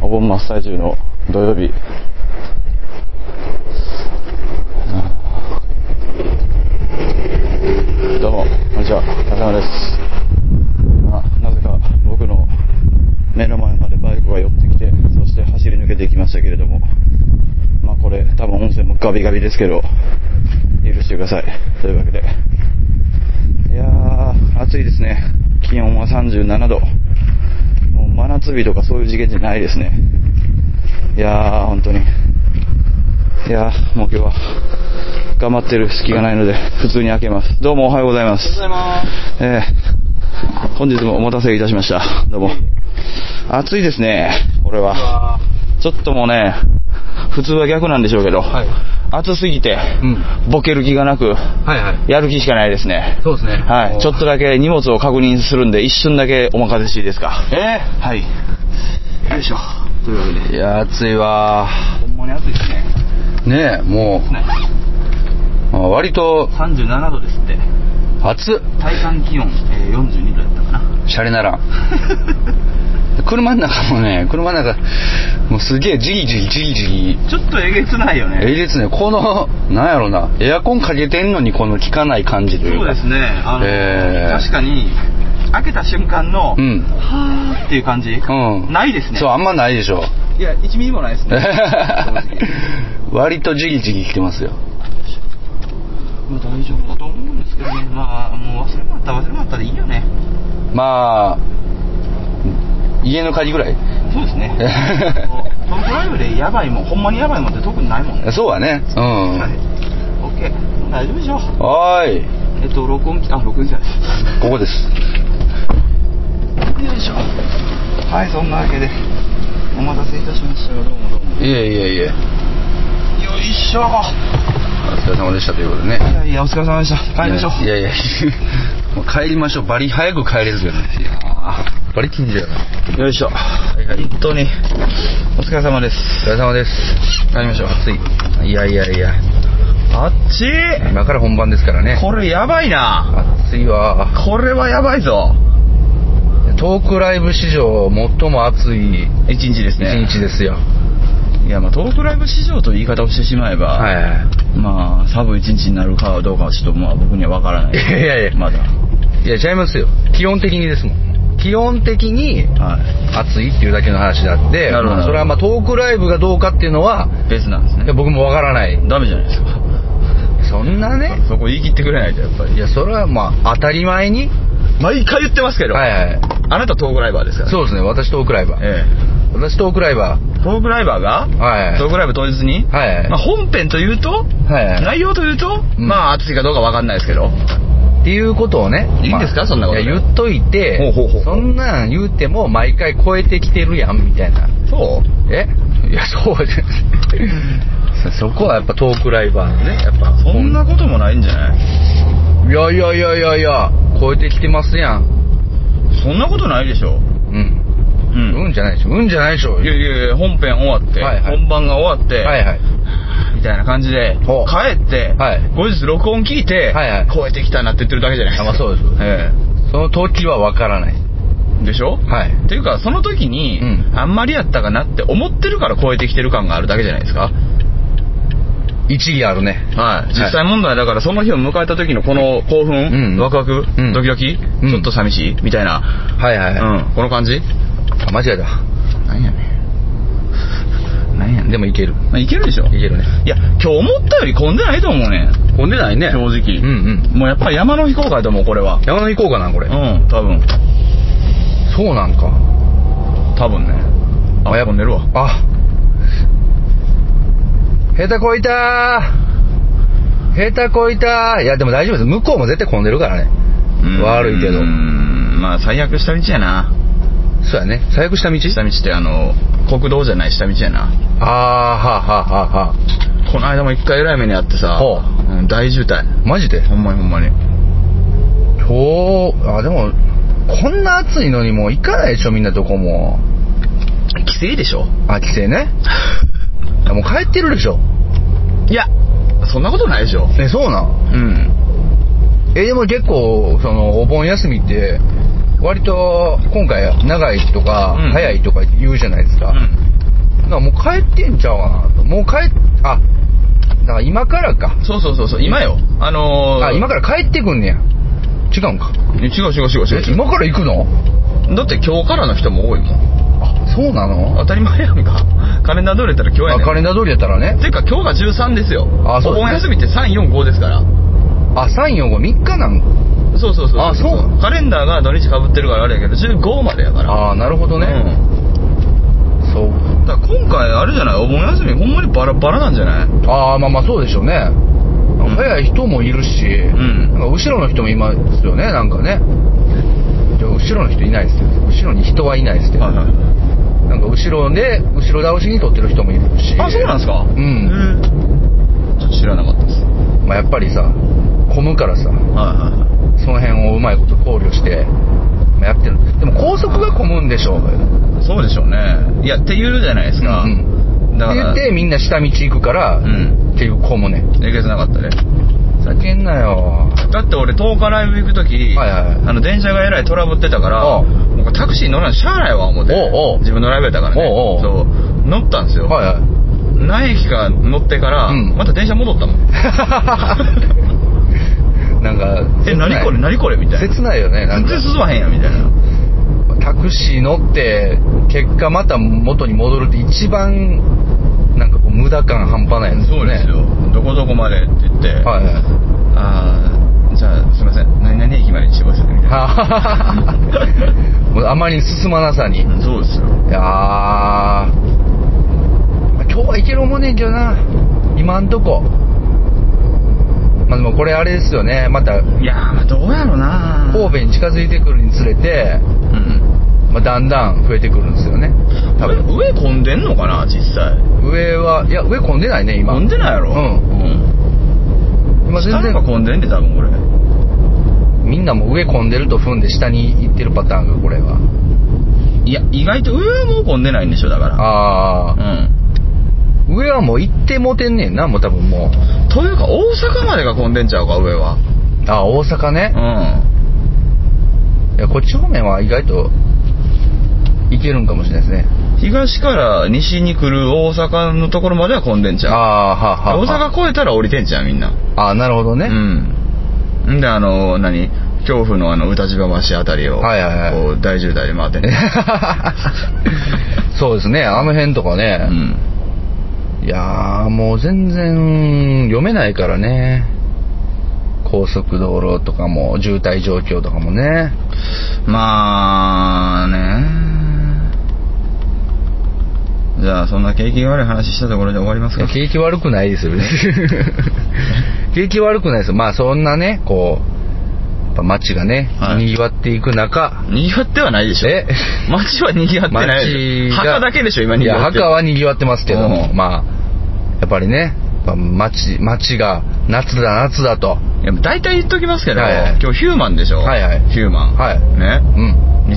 盆真っ最中の土曜日。どうも、こんにちは。高山です。まあ、なぜか僕の目の前までバイクが寄ってきて、そして走り抜けていきましたけれども、まあこれ、多分音声もガビガビですけど、許してください。というわけで。いやー、暑いですね。気温は37度。もう真夏日とかそういう事件じゃないですね。いやー、本当に。いやー、もう今日は、頑張ってる隙がないので、普通に開けます。どうもおはようございます。おはようございます。えー、本日もお待たせいたしました。どうも。暑いですね、これは。はちょっともうね、普通は逆なんでしょうけど、はい暑すぎて、うんボケる気がなく、いはい。やる気しかないですね。そうですねはい。ちょっとだけ荷物を確認するんで、一瞬だけお任せしていいですか。えはい。ー、よいしょ。というわけで。いや、暑いわほんまに暑いですね。ねえ、もねう、割と37度ですって。暑っ。体感気温、えー、42度やったかな。 シャレならん。車の中もね、車の中、もうすげえジギジギジギジギ。ちょっとえげつないよえね。いですね。この、なんやろな、エアコンかけてんのにこの効かない感じというそうか。ですね。あの、えー確かに、開けた瞬間の、うん。はーっていう感じ、うん。ないですね。そう、あんまないでしょ。いや、1ミリもないですね。正直。 割とジギジギ来てますよ。まあ大丈夫だと思うんですけどね。まあ、もう忘れまった忘れまったでいいよね。まあ、家の鍵ぐらいそう ですねもうトークライブでやばいもんほんまにやばいもんって特にないもんねそうはね。うはいん。オッケー大丈夫でしょうはーい。えっと録音機あ録音機じゃないここです。よいしょはいそんなわけでお待たせいたしましたよどうもどうもいえいえいえ。よいしょお疲れ様でしたということでね。いやいやお疲れ様でした帰りましょういやいや、 もう帰りましょう。バリ早く帰れるよね。いやーバリ近所やな。よいしょ、いはい本当にお疲れ様ですお疲れ様です。帰りましょう。暑い。いやいやいや。あっちい今から本番ですからね。これやばいな暑いわ。これはやばいぞトークライブ史上最も暑い一日です一ね日ですよ。いやまあトークライブ史上という言い方をしてしまえば、はまあ寒い一日になるかどうかはちょっとまあ僕には分からないいやいやいやまだい。いや、ちゃいますよ。基本的にですもん。基本的にはい暑いっていうだけの話であって、なるほどまあそれはまあトークライブがどうかっていうのは、別なんですいやね僕もわからない。ダメじゃないですかそんなね。そこ言い切ってくれないとやっぱりいや、それはまあ当たり前に。毎回言ってますけど、はいはい。あなたトークライバーですからそうですね。私トークライバー。え私トークライバえトークライバーが、ー。はい。トークライブ当日に、はいはいまあ、本編というと、はいはい。内容というと、うんまあ暑いかどうか分かんないですけどっていうことをね。いいんですかまあそんなこといや、言っといて、ほうほうほうそんなん言うても、毎回超えてきてるやん、みたいな。そうえいや、そうじゃ そこはやっぱトークライバーのね。やっぱ、そんなこともないんじゃないほん。いやいやいやいやいや、超えてきてますやん。そんなことないでしょうん。ううんん、じゃないでしょ。うんじゃないでしょ。いやいやいや本編終わって、はいはい本番が終わって、はいはい。みたいな感じで、ほう帰って、はい後日録音聞いて、はいはい超えてきたなって言ってるだけじゃないですあか。まあそうですえその時はわからない。えでしょはい。っていうか、その時に、うんあんまりやったかなって思ってるから超えてきてる感があるだけじゃないですか。一義あるね。はい。実際問題、だからその日を迎えた時のこの興奮、うんワクワク、うんドキドキ、うんちょっと寂しいみたいな、はいはいはい。うん、この感じあ、間違えた。なんやねん。なんやねん。でもいける。まあ、いけるでしょ。いけるね。いや、今日思ったより混んでないと思うねん。混んでないね。正直。うんうん。もうやっぱり山の非公開と思う、これは。山の行こうかな、これ。うん、多分。そうなんか。多分ね。あ、やっぱ寝るわ。あ。下手こいたー下手こいたーいや、でも大丈夫です。向こうも絶対混んでるからね。うん悪いけどうん、まあ最悪下道やな。そうやね。最悪下道下道ってあの、国道じゃない下道やな。あー、はあ、はあ、はあ。この間も一回えらい目にあってさ、ほうん大渋滞。マジでほんまにほんまに。今日、あ、でも、こんな暑いのにもう行かないでしょ、みんなどこも。帰省でしょあ、帰省 ね。いやもう帰ってるでしょ。いや、そんなことないでしょ。え、そうなん。うん。え、でも結構、その、お盆休みって、割と、今回、長いとかうん、早いとか言うじゃないですか。うんからもう帰ってんちゃうかなともう帰っあだから今からかそうそうそうそう今よあのー、あ今かから帰ってくんねや違うんから違う違う違うえ違う今から行くのだって今日からの人も多いもんあそうなの当たり前やんかカレンダー通りやったら今日やあねんカレンダー通りやったらねていうか今日が13ですよあそうですおね盆休みって345ですからあ345三日なんそうそうそうあそうカレンダーが土日かぶってるからあれやけど15までやからああなるほどね、うんそうだから今回あれじゃないお盆休みほんまにバラバラなんじゃないああまあまあそうでしょうねん早い人もいるし、んなんか後ろの人もいますよねなんかねでも後ろの人いないですよ後ろに人はいないですけど、はいはいなんか後ろで後ろ倒しに撮ってる人もいるしあそうなんですかうん、うんちょっと知らなかったですはいまあ、やっぱりさ混むからさはいはいその辺をうまいこと考慮してまあやってるでも高速が混むんでしょうそうでしょうねいやって言うじゃないですか、うんだかって言らってみんな下道行くから、うんっていう混むねえげつなかったね叫んなよだって俺10日ライブ行く時、はいはいはいあの電車がえらいトラブってたからああもうタクシー乗らんしゃあないわ思っておうおう自分のライブやったからねおうおうそう乗ったんですよ、はいはい何駅か乗ってから、うんまた電車 戻ったもん なんかえ何これ切ない何これみたいな切ないよねなん全か然進まへんやみたいなタクシー乗って結果また元に戻るって一番なんかこう無駄感半端ないやつそうですよ、どこどこまでって言って、はいはいああじゃあすいません何々駅までにしてくださいみたいなはもうあまり進まなさにいうんそうですよやーまあ今日はいける思うねんけどな今んとこまあでもこれあれですよねまたいやーまあどうやろうな神戸に近づいてくるにつれて、うんまあ、だんだん増えてくるんですよね多分上上混んでんのかな実際上はいや上混んでないね今混んでないやろううんん今全下のが然混んでんで多分これみんなもう上混んでると踏んで下に行ってるパターンがこれはいや意外と上も混んでないんでしょだからああうん上はもう行ってもうてんねんなもう多分もうというか大阪までが混んでんちゃうか上はあー大阪うねいんやこっち方面は意外と行けるんかもしれないですね東から西に来る大阪のところまでは混んでんちあーゃうはあはあ大阪は越えたら降りてんちゃうみんなああーなるほどね、うんんであの何恐怖のあの歌島橋あたりを、はいはいはいこう大渋滞で回って ね そうですねあの辺とかうね、んいやーもう全然読めないからね高速道路とかも渋滞状況とかもねまあねじゃあそんな景気が悪い話したところで終わりますいかや景気悪くないです よね景気悪くないですよまあそんなねこうやっぱ街がね、はい賑わっていく中にぎわってはないでしょえ街はにぎわってない街でしょが墓だけでしょ今にいぎやわってる墓は賑わってますけども、うんまあやっぱりねやっぱ街街が夏だ夏だといや大体言っときますけど、はいはい今日ヒューマンでしょはいはいヒューマンはいね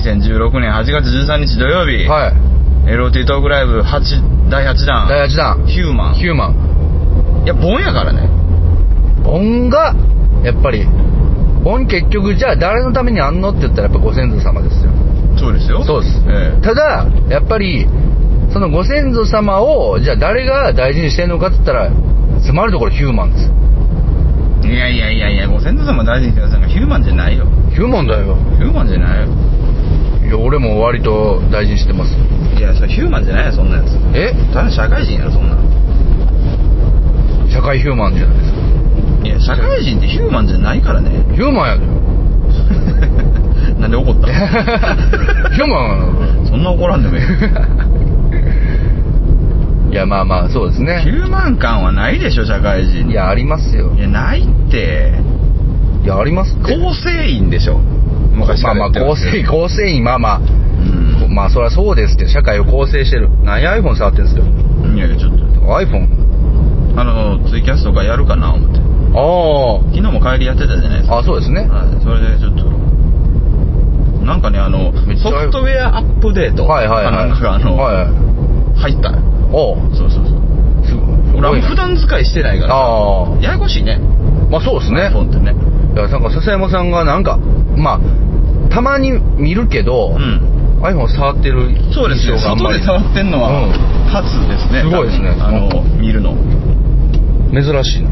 うん2016年8月13日土曜日、はい LOT トークライブ8第8弾第8弾ヒューマンヒューマンいやボンやからね盆がやっぱり盆結局じゃあ誰のためにあんのって言ったらやっぱご先祖様ですよそうですよそうですええただやっぱりそのご先祖様をじゃあ誰が大事にしてんのかって言ったらつまるところヒューマンですよいやいやいやいやご先祖様大事にしてくださいがヒューマンじゃないよヒューマンだよヒューマンじゃないよいや俺も割と大事にしてますいやそれヒューマンじゃないよそんなやつえただ社会人やろそんな社会ヒューマンじゃないですかいや社会人ってヒューマンじゃないからねヒューマンやで よ なんで怒ったの ヒューマンそんな怒ら んでもいいいやまあまあそうですヒねューマン感はないでしょ社会人にいやありますよいやないっていやありますって構成員でしょ昔まかあらま言あ構ってますけ成ど構成員まあまあうんまあそりゃそうですけど社会を構成してる何や iPhone 触ってるんですけいやいやちょっとど iPhone あのツイキャスとかやるかな思ってあ昨日も帰りやってたじゃないですかああそうですねはい、それでちょっとなんかねあのめっちゃソフトウェアアップデートはいはいはいかなんかがあの、はいはい入ったおうそうそうそうす俺あんいまな普段使いしてないからさああややこしいねまあそうですね iPhone ってねいやなんか笹山さんがなんかまあたまに見るけど、うん iPhone 触ってるそうです印象ねがあん外まりで触ってんのはうん初ですね、すごいですねあの見るの珍しいな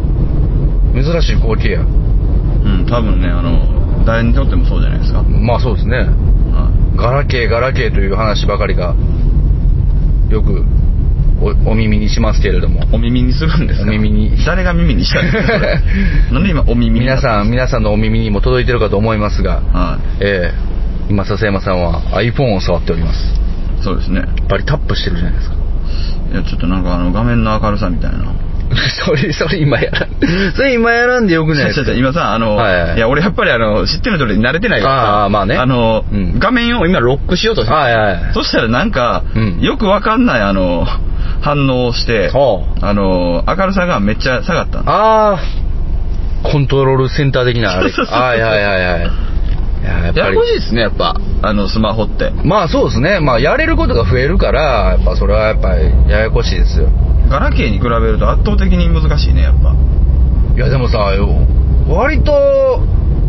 珍しい光景やうん多分ねあの誰にとってもそうじゃないですか、まあそうですねはいガラケーガラケーという話ばかりがよくおお耳にしますけれどもお耳にするんですかお耳に誰が耳にしたんですかそ れなんで今お耳に皆んさん皆さんのお耳にも届いてるかと思いますが、はいええ今笹山さんは iPhone を触っておりますそうですねやっぱりタップしてるじゃないです かいやちょっとなんかあの画面の明るさみたいなそれそれ今やら んそれ今やらんでよくないですか違う違う違う今さあの、はいはいいや俺やっぱりあの知ってる通り慣れてないからさあーまあねあの、うん画面を今ロックしようとしてはいはいそしたらなんか、うんよくわかんないあの反応をしてほうあの明るさがめっちゃ下がったのああコントロールセンター的なあれそうそうそうはいはいはいはいいややっやぱやりこしいですねやっぱあのスマホってまあそうですねまあやれることが増えるからやっぱそれはやっぱりややこしいですよガラケーに比べると圧倒的に難しいねやっぱいやでもさよ割と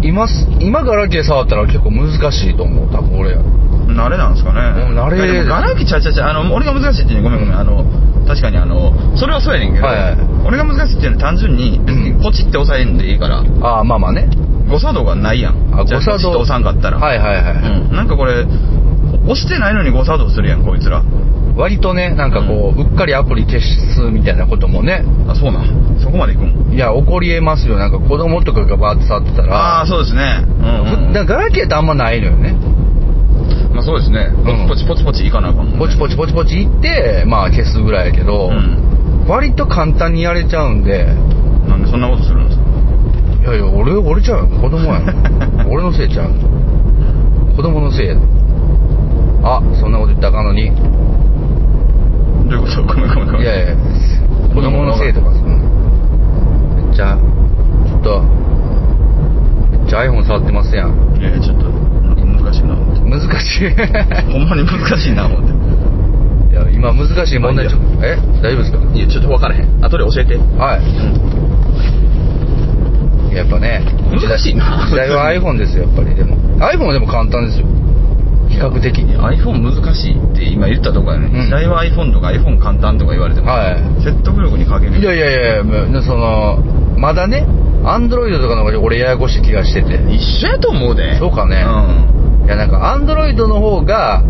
今す今ガラケー触ったら結構難しいと思う多分俺慣れなんですかねうん慣れいやでもガラケーちゃうちゃうちゃうあの俺が難しいっていうのごめんごめんあの確かにあのそれはそうやねんけど、はいはい俺が難しいっていうのは単純に別うんにポチって押さえんでいいから、ああまあまあね誤作動がないやんあじゃあ誤作動ポチって押さんかったらはいはいはい、うん、なんかこれ押してないのに誤作動するやんこいつら割とねなんかこう、うっかりアプリ消すみたいなこともねあそうなんそこまでいくんいや起こりえますよなんか子供とかがバーって触ってたらああーそうですねうん、うんふだからガラケーってあんまないのよねまあそうですねうんポチポチポチポチいかなあかんもんねポチポチポチポチいってまあ消すぐらいやけど、うん割と簡単にやれちゃうんでなんでそんなことするんですかいやいや俺俺ちゃうよ子供や ん俺のせいちゃう子供のせいやあそんなこと言ったらあかんのにいどういうことごめんごめんごめんやいや子供のせいとかそんなめっちゃちょっとめっちゃ iPhone 触ってますやんいやいやちょっとなんか難しいな思って難 しいほんまに難しいな思っていや今難しい問題ちょえ大丈夫ですかいやちょっと分からへん後で教えてはいいややっぱね難しいな時代は iPhone ですよやっぱりでも iPhone はでも簡単ですよ比較的に iPhone 難しいって今言ったとこやね、うん時代は iPhone とか iPhone 簡単とか言われても、はい説得力に欠けるいやいやいやまそのまだね Android とかの方が俺ややこしい気がしててい一緒やと思うでそうかねやなんか Android の方が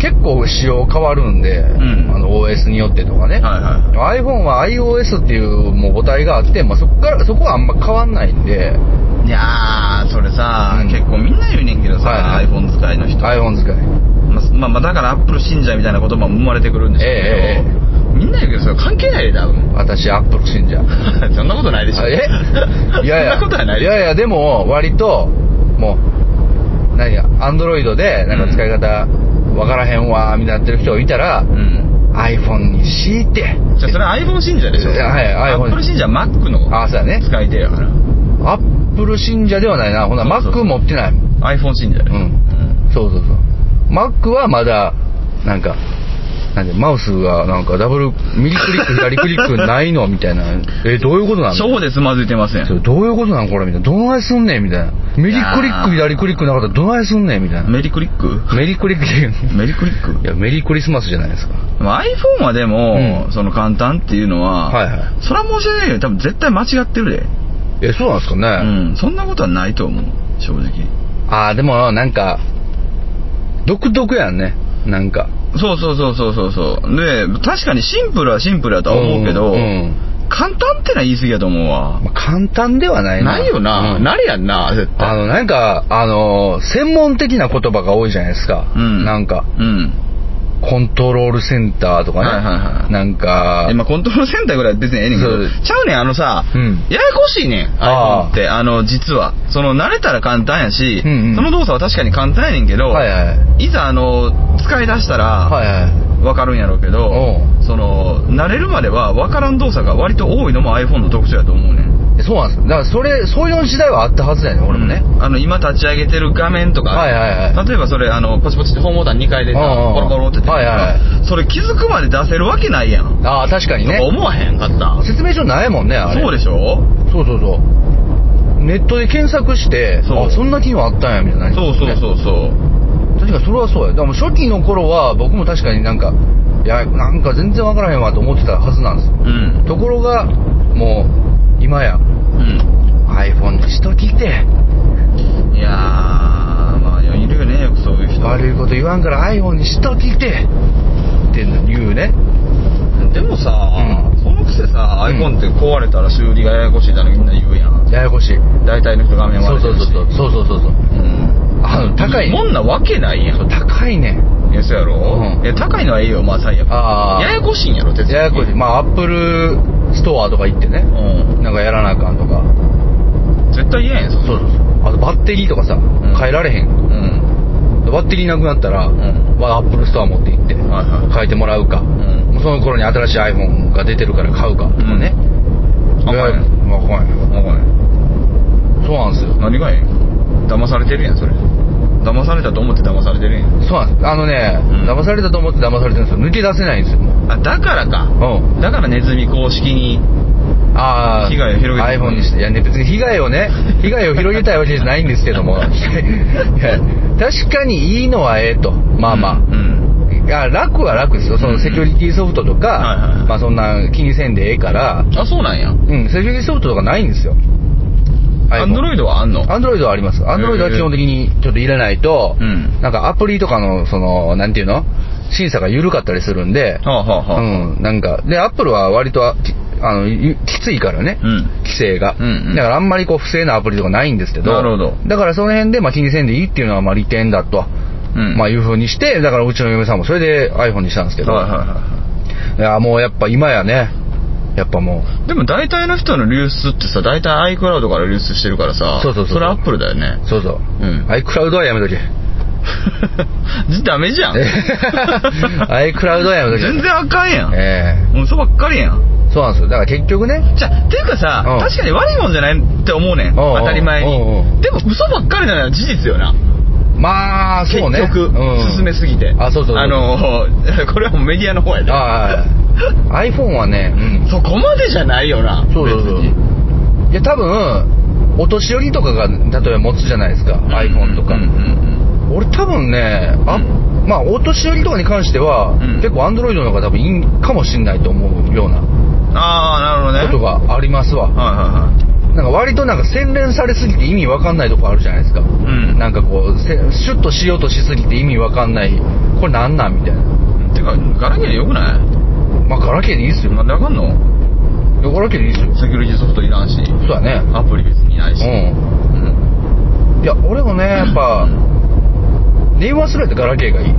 結構仕様変わるんで、んあの OS によってとかね、うんはいはい iPhone は iOS っていうもう母体があって、まあ、そこからそこはあんま変わんないんでいやーそれさ、うん結構みんな言うねんけどさ、はい iPhone 使いの人、 iPhone 使いまあまあまあだからアップル信者みたいな言葉も生まれてくるんでしょうええけど、みんな言うけどそれ関係ないで多分私 Apple 信者 そんなことないでしょあえ いやいやそんなことはないいでしょやいやでも割ともう何やアンドロイドでなんか使い方わからへんわーみたいになってる人いたら、うん iPhone に敷いてじゃあそれ iPhone 信者でしょいやはい iPhone アップル信者は Mac のあそうやね使い手やから Apple 信者ではないなほなそうそうそ Mac う持ってない iPhone 信者でしょうんそうそうそう Mac はまだなんかなんでマウスがなんかダブル右クリック左クリックないのみた いなえどういうことなの初歩でつまずいてませんそれどういうことなんこれみたいなどないすんねんみたいな右クリック左クリックなかったらどないすんねんみたいなメリークリックメリークリックっていうメリークリックいや、メリークリスマスじゃないですか。まあ iPhone はでも、うんその簡単っていうのは、はいはいそれは申し訳ないけど多分絶対間違ってるで、え、そうなんですかね。うんそんなことはないと思う正直ああ、でも、なんか、独特やんね。なんか。そうそうそうそうそうそうで確かにシンプルはシンプルだとは思うけど、んうん簡単ってのは言い過ぎやと思うわまあ簡単ではないな。ないよな、うんなれやんな絶対あの、なんか、あのー専門的な言葉が多いじゃないですか。うんなんか、うんコントロールセンターとかね。はいはいはいなんか、今コントロールセンターぐらいは別にええねんけそうどちゃうねんあのさ、うんややこしいねんあー iPhone ってあの実はその慣れたら簡単やし、うんうんその動作は確かに簡単やねんけど、はいはい。いざあの使い出したはいらはい。分かるんやろうけど、うその慣れるまでは分からん動作が割と多いのも iPhone の特徴やと思うねんえそうなんですよだから、それ、そういう時代はあったはずやね、俺もね。うんあの今立ち上げてる画面とか、はいはいはい。例えばそれあのポチポチってホームボタン2回でさうんうんうんコロコロってやってるからはいはそれ気づくまで出せるわけないやん、ああ、確かにとねか。思わへんかった説明書ないもんね、あれ。そうでしょそうそうそうネットで検索してそうあそんな機能あったんやみたいなそうそうそうそう確かにそれはそうやでも初期の頃は僕も確かになんかいやなんか全然わからへんわと思ってたはずなんですようんところがもう今やうん iPhone にしときていやーまあいやいるよねよくそういう人悪いこと言わんから iPhone にしときてって言うねでもさ、うんそのくせさうん iPhone って壊れたら修理がややこしいだろみんな言うやんややこしい大体の人画面そう割れそてうるそうしそうそうそうそうそううんあの高いもんなわけないやん高いねいやそうやろ、うんいや高いのはいいよまあ最悪あーややこしいんやろ手続きややこしいまあアップルストアとか行ってねうんなんかやらなあかんとか絶対嫌やんそんそうなそうそうあとバッテリーとかさ、ん変えられへんうんバッテリーなくなったら、んまあアップルストア持って行ってはいは変えてもらうか、いうんもうその頃に新しい iPhone が出てるから買うかとかね、あいやかんやんまあ怖いあかんやんそうなんですよ何がええん騙されてるやんそれ騙されたと思って騙されてるやんそうなんですあのね、うん騙されたと思って騙されてるんですよ抜け出せないんですよもあだからかううんだからネズミ公式にああ被害を広げて iPhone にしていやね別に被害を ね被害を広げたいわけじゃないんですけどもいや確かにいいのはええとまあまあ、うんいや楽は楽ですよそのセキュリティソフトとか、はいはいはいまあ、そんな気にせんでええから、あそうなんやうん、セキュリティソフトとかないんですよアンドロイドはあんのアンドロイドはありますアンドロイドは基本的にちょっと入れないと、うんなんかアプリとかのそのなんていうの審査が緩かったりするんで、はあはあうはあん、なんかでアップルは割ときあのゆきついからね、うん規制が、うんうんだからあんまりこう不正なアプリとかないんですけどなるほどだからその辺でまあ気にせんでいいっていうのはまあ利点だと、うんまあいうふうにしてだからうちの嫁さんもそれで iPhone にしたんですけど、はいはいはいやもうやっぱ今やねやっぱもいでも大体の人の流出ってさ大体 iCloud から流出してるからさそうそうそうそうれ Apple だよねうそうそううん iCloud はやめとけダ メ じゃん iCloud はやめとけ全然あかんやんええもうそばっかりやんそうなんですよだから結局ねじゃあっていうかさ、うん確かに悪いもんじゃないって思うねんうんうん当たり前に、うんうんでも嘘ばっかりなのは事実よなまあそうね結局、うん進めすぎてあそうそうそうあの ーこれはもうメディアの方やでああ iPhone はね、うん、そこまでじゃないよなそうそうそう別にいや多分お年寄りとかが例えば持つじゃないですか、iPhone とか、うんうん俺多分ねあ、うんまあお年寄りとかに関しては、うん結構 Android の方が多分いいんかもしんないと思うようなこうんああなるとほどねがありますわ、はいはいはいなんか割となんか洗練されすぎて意味わかんないとこあるじゃないですか、んなんかこうせシュッとしようとしすぎて意味わかんないこれなんなんみたいなてかガラケーでよくないまあガラケーでいいっすよ、なんであかんのガラケーでいいっすよセキュリティソフトいらんしそうだねアプリ別にないし、ううんんいや俺もねやっぱ電話するやつガラケーがいい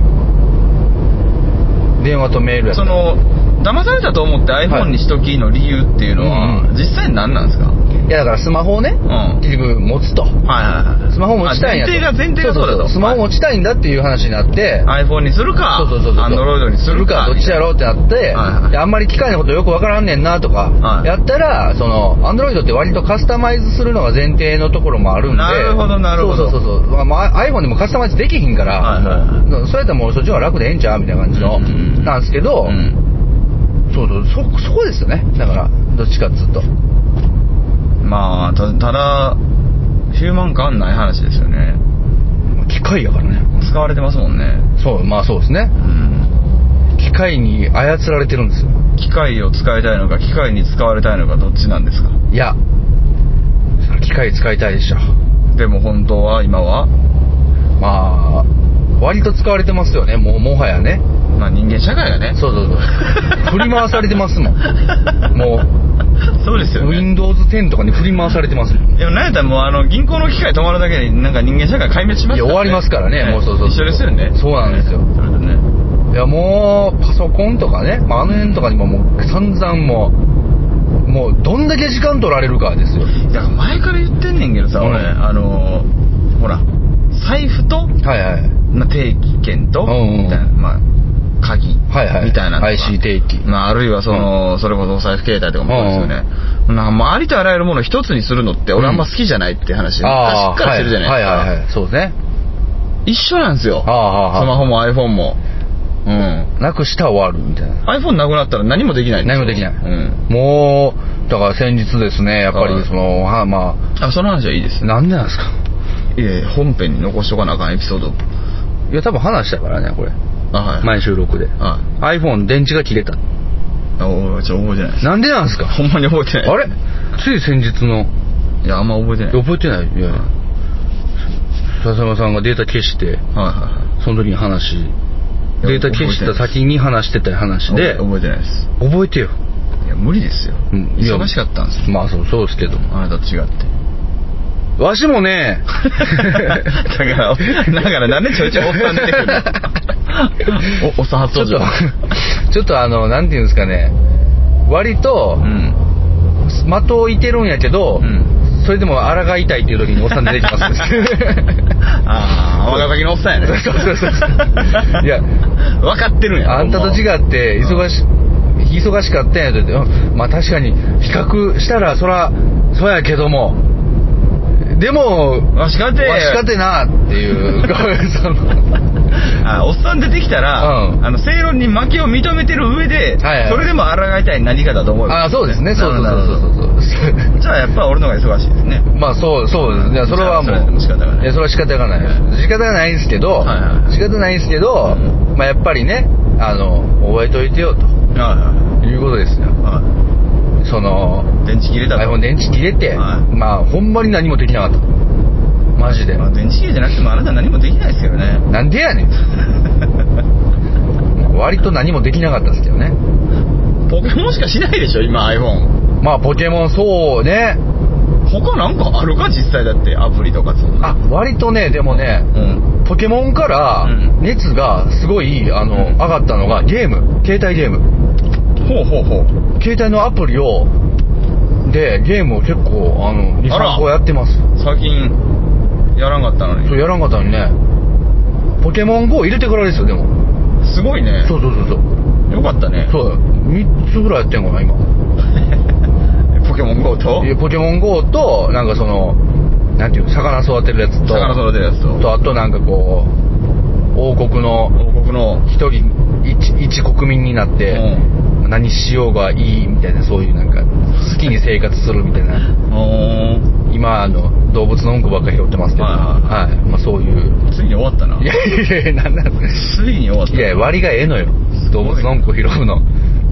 電話とメールやったそらの騙されたと思って iPhone にしときの理由っていうのは、うんうん実際何なんですかういやだからスマホをねんはい結局持つとはいはいスマホ持ちたいんやあと前提が前提がそうだとスマホ持ちたいんだっていう話になって、 iPhone にするかそうそうそうそう Android にするかどっちやろうってなって、はいはいであんまり機械のことよくわからんねんなとか、はいやったらその Android って割とカスタマイズするのが前提のところもあるんでなるほどなるほそどうそうそうそう、まあ、iPhone でもカスタマイズできひんから、はいはいもうそうやったらもうそっちの方が楽でええんちゃうみたいな感じの、うんうんうんなんですけど、うんそうそうそそこですよねだからどっちかっつうとまあたただヒューマン感ない話ですよね機械やからね使われてますもんねそうまあそうですねうん機械に操られてるんですよ機械を使いたいのか機械に使われたいのかどっちなんですかいやそれ機械使いたいでしょでも本当は今は、まあ割と使われてますよねもうもはやねまあ、人間社会がねそう そうそう振り回されてますもんもそうですようね Windows10 とかに振り回されてますもんでもなんやったらもうあの銀行の機械止まるだけでなんか人間社会壊滅しますいや終わりますからねもうそうそう一緒ですよねそうなんですよねそれでねいやもうパソコンとかね、まあ、あの辺とかにももう散々もうもうどんだけ時間取られるかですよだから前から言ってんねんけどさ、うん俺あのーほら財布と、はいはいまあ、定期券と、うんうんみたいなまあ鍵はいはいみたいなのとか IC 定期まあ、あるいはその、それこそお財布携帯とかもそうですよね、なんかもうありとあらゆるものを一つにするのって俺あんま好きじゃないって話、あ昔からしてるじゃないですか、はいはいはいはいそうですね一緒なんですよああああスマホも iPhone もうんなくしたら終わるみたいな iPhone なくなったら何もできないん何もよできない、うんもうだから先日ですねやっぱはいりそのはまあその話はいいですあなんでなんですかいえ本編に残しとかなあかんエピソードいや、多分話したからね、これ。あ、はい。前収録で。は iPhone 電池が切れた。い。あ、おちょっと覚えてないです。なんでなんすかほんまに覚えてない。あれつい先日の、いや、あんま覚えてない。はい覚えてないいや、笹山さんがデータ消して、はその時に話、いやデータ消した先に話してた話いはい。で、覚えてないです。覚えてよ。いや、無理ですよ。うんいや忙しかったんですよ。まあそう、そうですけども。あなたと 違って。わしもね、だから、だからなんでちょいちょいおっさん出てく るの お、おっさん初ちょっ登と場。、ちょっと あの、なんていうんですかね、割とう、ん。的をいてるんやけど、うん。それでも荒が痛いっていう時におっさん出てきます ああ、若崎のおっさんやね。そうそうそうそういや分かってるんや。あんたと違ってほん忙まはし忙しかったんやと言ってうんまあ確かに比較したらそらそうやけどもでもわしかて。わしかてなっていう そのあおっさん出てきたら、うんあの正論に負けを認めてる上で、はいはいそれでも抗いたい何かだと思うよあそうですねそうそうなるほそどうそうそうじゃあやっぱ俺の方が忙しいですねまあそうそうですねそれはもじゃあそれうも仕方がないやそれは仕方がない仕方がないんですけど、はいはい仕方ないんですけど、うまあやっぱりねあの覚えといてよとはいうことですよいはいはそのい電池切れたと iPhone 電池切れて、はいまあほんまに何もできなかったマジでまあ、電池切れじゃなくてもあなた何もできないですけどねなんでやねん割と何もできなかったですけどね ポケモンしかしないでしょ今 iPhone まあポケモンそうね他なんかあるか実際だってアプリとかそんなあ割とねでもねうんポケモンからうん熱がすごいあの、うん上がったのがゲーム携帯ゲームほうほうほう携帯のアプリをでゲームを結構あのあら23個やってます最近やらんかったのそにうやらんかったのにねポケモン GO 入れてからですよでもすごいねそうそうそうそうよかったねそう3つぐらいやってんかな今ポケモン GO といやポケモン GO となんかそのなんていう魚育てるやつと魚育てるやつととあとなんかこう王国の王国の一人一一国民になって、何しようがいいみたいなそういうなんか好きに生活するみたい なうんおー今あの動物のうんこばっかり拾ってますけどはいはいはいまあそういうついに終わったないやいやいやなんなんですついに終わかったいやいや割がええのよすご動物いのうんこ拾うの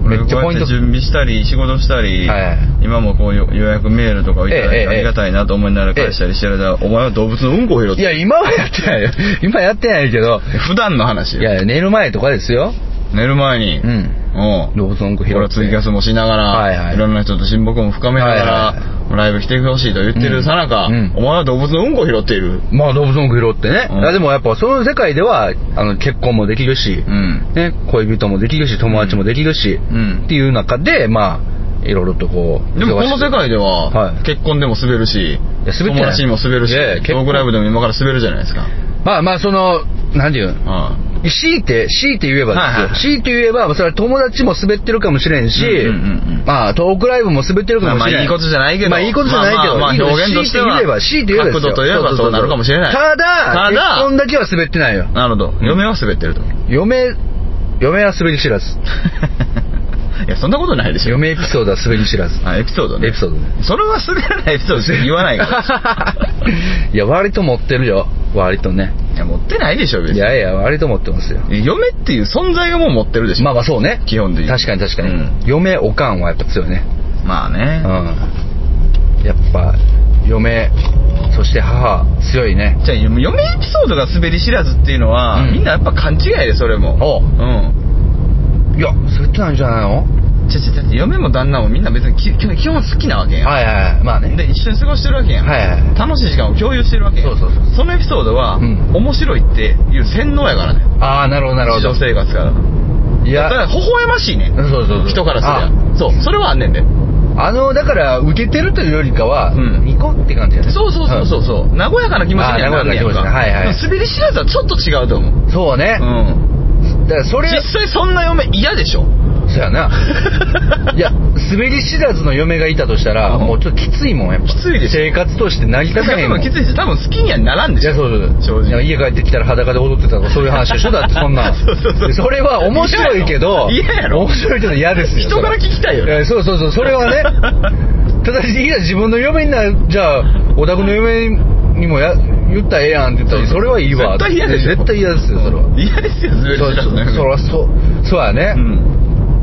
め俺っちゃこポうイやンっトて準備したり仕事したり、はい今もこうよ予約メールとかをいただいて、ええええありがたいなと思いながら返したりしてる間、お前は動物のうんこを拾っいてや今はやってないよ今やってないけど普段の話よいや寝る前とかですよ寝る前に、うんおう動物のうんこ拾こっれてツイキャスもしながら、はいはいろんな人と親睦も深めながら、はいライブ来てほしいと言ってるさなか、うんお前は動物のうんこを拾っている、まあ動物のグロってね、うんいやでもやっぱその世界ではあの結婚もできるし、うんね、恋人もできるし友達もできるし、うんっていう中でまあいろいろとこうでもこの忙しく世界では、はい結婚でも滑るしいや滑ってない友達にも滑るしいやいや結ト婚ークライブでも今から滑るじゃないですか、まあまあその何て言うあの強いて強いて言えばですよ、はいはい強いて言えばそれは友達も滑ってるかもしれんし、うんうんうんまあトークライブも滑ってるかもしれん、まあまあいいことじゃないけどまあいいことじゃないけど、まあまあいいの表現としては強いて言えば強いて言えばですよ角度といえばそうなるかもしれないただただ結婚だけは滑ってないよあなるほど嫁は滑って ると嫁嫁は滑り知らずいやそんなことないでしょ嫁エピソードは滑り知ら ずあエピソードねエピソー ドねそれは滑らないエピソードしか言わないから いや、割と持ってるよ。割とね。いや持ってないでしょ別いにやいや、割と持ってますよ。嫁っていう存在がもう持ってるでしょまあまあそうね。基本的に確かに確かに。うん嫁、おかんはやっぱ強いね。まあうねん。やっぱ、嫁、そして母、強いね。じゃあ嫁エピソードが滑り知らずっていうのは、うんみんなやっぱ勘違いでそれもおううんいや、滑ってないんじゃないのちゃちゃだって嫁も旦那もみんな別にき基本好きなわけやん、はいはいはい。まあね。で一緒に過ごしてるわけやん、はいはいはい。楽しい時間を共有してるわけやんそうそうそうそのエピソードは、うん面白いっていう洗脳やからねああ、なるほどなるほ日ど常。生活からいだからや、微笑ましいねそうそうそう人からすりゃそうそれはあんねんであの、だから、受けてるというよりかは、うんニコって感じだね。そうそうそうそうそう、和やかな気持ちにあー和はなるねやんかやかな気持ちねはいはい滑り知らずはちょっと違うと思う、うん。そうね。うん、だから、それ、実際そんな嫁嫌でしょ そうやな。いや、滑り知らずの嫁がいたとしたら、うんもうちょっときついもん、やっぱ。きついでしょ生活として成り立たへでんももん。きついし多分好きにはならんでいしょや、そうそう。正直。いや家帰ってきたら裸で踊ってたとか、そういう話でしょだって、そんな そうそうそうれは面白いけど、嫌やろ面白いけど嫌ですよ。人から聞きたいよいねやそうそうそう、それ はね。ただ、いや、自分の嫁になる、じゃあ、お宅の嫁にもや、言ったらええやんって言ったら、それはいいわ。絶対嫌でしょ絶対嫌ですよ、それは。嫌ですよ、滑り知らんのよそらそう、そうやね。うん。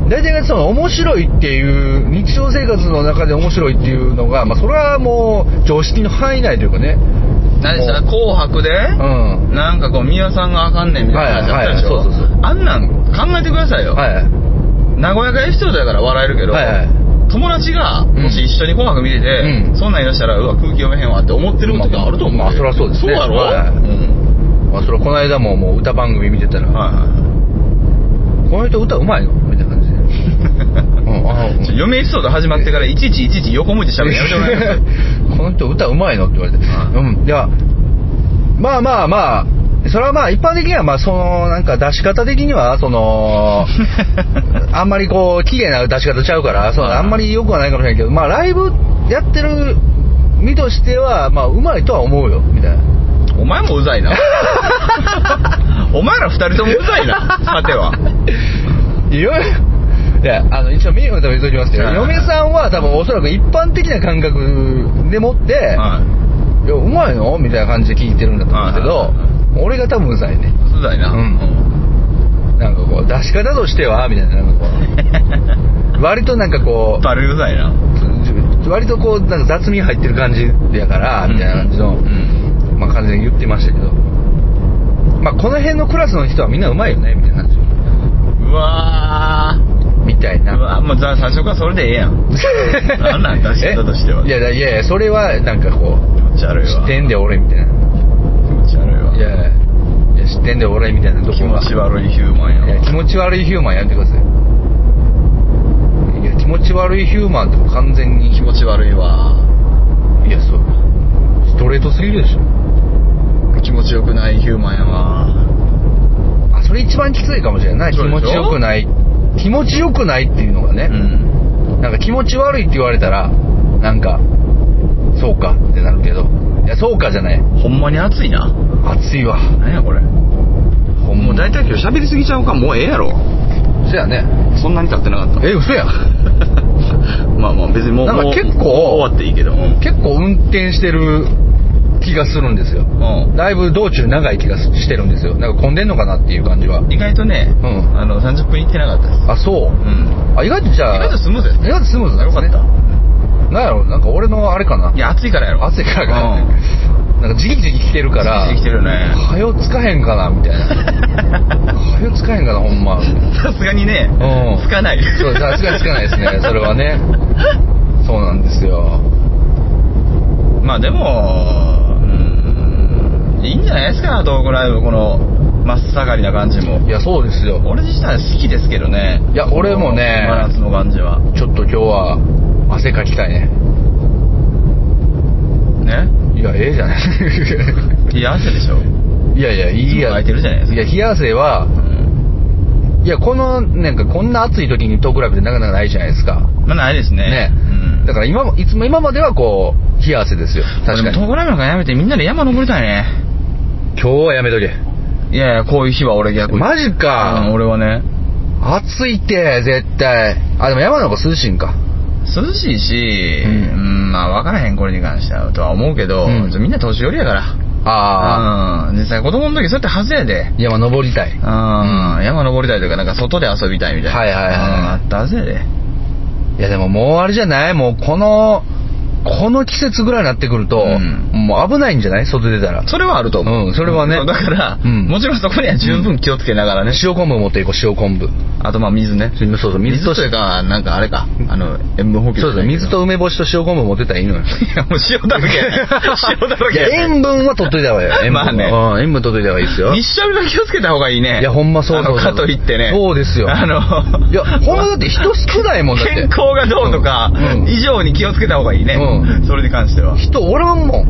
大体がその面白いっていう日常生活の中で面白いっていうのが、まあ、それはもう常識の範囲内というかね何でしたも紅白で、うんなんかこう、宮さんがあかんねんみたいな話あったでしょ。はいはいはいそうそうそうあんなん考えてくださいよ。はい名古屋がエピソードやから笑えるけど、はいはい友達がんもし一緒に「紅白」見てて、うんそんなん言い出したらうわ空気読めへんわって思ってる時があると思う、まあまあそりゃそうですねそうやろ、はいはいうんまあ、それはこの間ももう歌番組見てたら、はいはこの人歌うまいのみたいな感じで、うん、あいちょ嫁エピソード始まってからいちいちいちいち横向いて喋るのやめてもらえます この人歌うまいのって言われて、はいうんいやまあまあまあそれはまあ一般的にはまあそのなんか出し方的にはそ の あんまりこう綺麗な出し方ちゃうからそのはいあんまり良くはないかもしれないけどまあライブやってる身としてはまあうまいとは思うよみたいなお前もうざいな お前ら二人ともうざいなさてはいやいやあの一応メニューのために言っときますけどはい嫁さんは多分おそらく一般的な感覚でもって、はいや、うまいのみたいな感じで聞いてるんだと思うんですけはいはいど、俺が多分うざいね。いうざいな、うんなんかこう、出し方としては、みたいな、なんかこう、割となんかこバレうざいなう、割とこう、なんか雑味入ってる感じやから、みたいな感じのう、んまあ完全に言ってましたけど、まあこの辺のクラスの人はみんなうまいよね、みたいな感うんうわーじ。みたいうな。わーもうざ最初からそれでええやんなんなん出し方としてはえいやだいやいや、それはなんかこう、気持ち悪いわ知ってんで俺、みたいな。気持ち悪いわいやいや、いや知ってんで俺、みたいなとこ気が持ち悪いヒューマンいややな気持ち悪いヒューマンやってくださいいや気持ち悪いヒューマンってもう完全に気持ち悪いわいやそうストレートすぎるでしょ気持ちよくないヒューマンやわあそれ一番きついかもしれない気そうでしょ持ちよくない気持ちよくないっていうのがうね、んなんか気持ち悪いって言われたらなんかそうかってなるけどいやそうかじゃないほんまに熱いな熱いわ何やこれもほんうま大体今日喋りすぎちゃうかもうええやろそやねそんなに経ってなかったえ嘘やん まあまあ別にもうなんかもう結構終わっていいけどうん結構運転してる気がするんですようんだいぶ道中長い気がしてるんですよなんか混んでんのかなっていう感じは意外とねうんあの30分いってなかったですあそううんあ意外とじゃあ意外とスムーズやった意外とスムーズなんよですかねっなんやろなんか俺のあれかなたいや暑いからやろ暑いからかな、うんなんかじきじき来てるからじきじき来てるよね はよつかへんかなみたいなはよつかへんかなほんまさすがにねうんつかないそうさすがにつかないですねそれはねそうなんですよまあでも、うーん、いいんじゃないですか、トークライブ、この、真っ盛りな感じもい。やそうですよ俺自体好きですけどね。いや俺もね真夏の感じは。ちょっと今日は汗かきたいねね。いやええじゃない いや、汗でしょ。いやいやいいいつもや空いてるじゃないですかいや冷や汗はうんいやこのなんかこんな暑い時にトークライブってなかなかないじゃないですかまあないですね。ね、うん。だから今もいつも今まではこう冷や汗ですよ確か俺もトーにクライブなんかやめてみんなで山登りたいね。今日はやめとけいやいや、こういう日は俺逆に。マジうんか、俺はね、暑いって絶対あでも山の方が涼しいんか涼しいし、ううんん、まあ分からへん、これに関しては、とは思うけど、うんみんな年寄りやから。ああ、うん。実際子供の時そうやってはずやで。山登りたいああ、山登りたいというか、なんか外で遊びたいみたいな。はいはいはいうんあったぜで。いやでももうあれじゃないもうこのこの季節ぐらいになってくると、うんもう危ないんじゃない外出たらそれはあると思う。うんそれはねうだから、うんもちろんそこには十分気をつけながらね。塩昆布持っていこう塩昆布あとまあ水ね。そうそう水水とというか、なんかあれか、あの、塩分補給。そうそう水。と梅干しと塩昆布持ってったらいいのよいや、もう塩だら けやね。塩だらけいやね。や塩分は取っといた方がいいよ塩分は まあねうん塩分取っといた方がいいですよ一緒には気をつけた方がいいね。いやほんまそうそうそうあのかといってね。そうですよあの、いや、ほんまだって人少ないもんだって。健康がどうとかうん、以上に気をつけた方がいいねう。それに関しては。人おらんもん。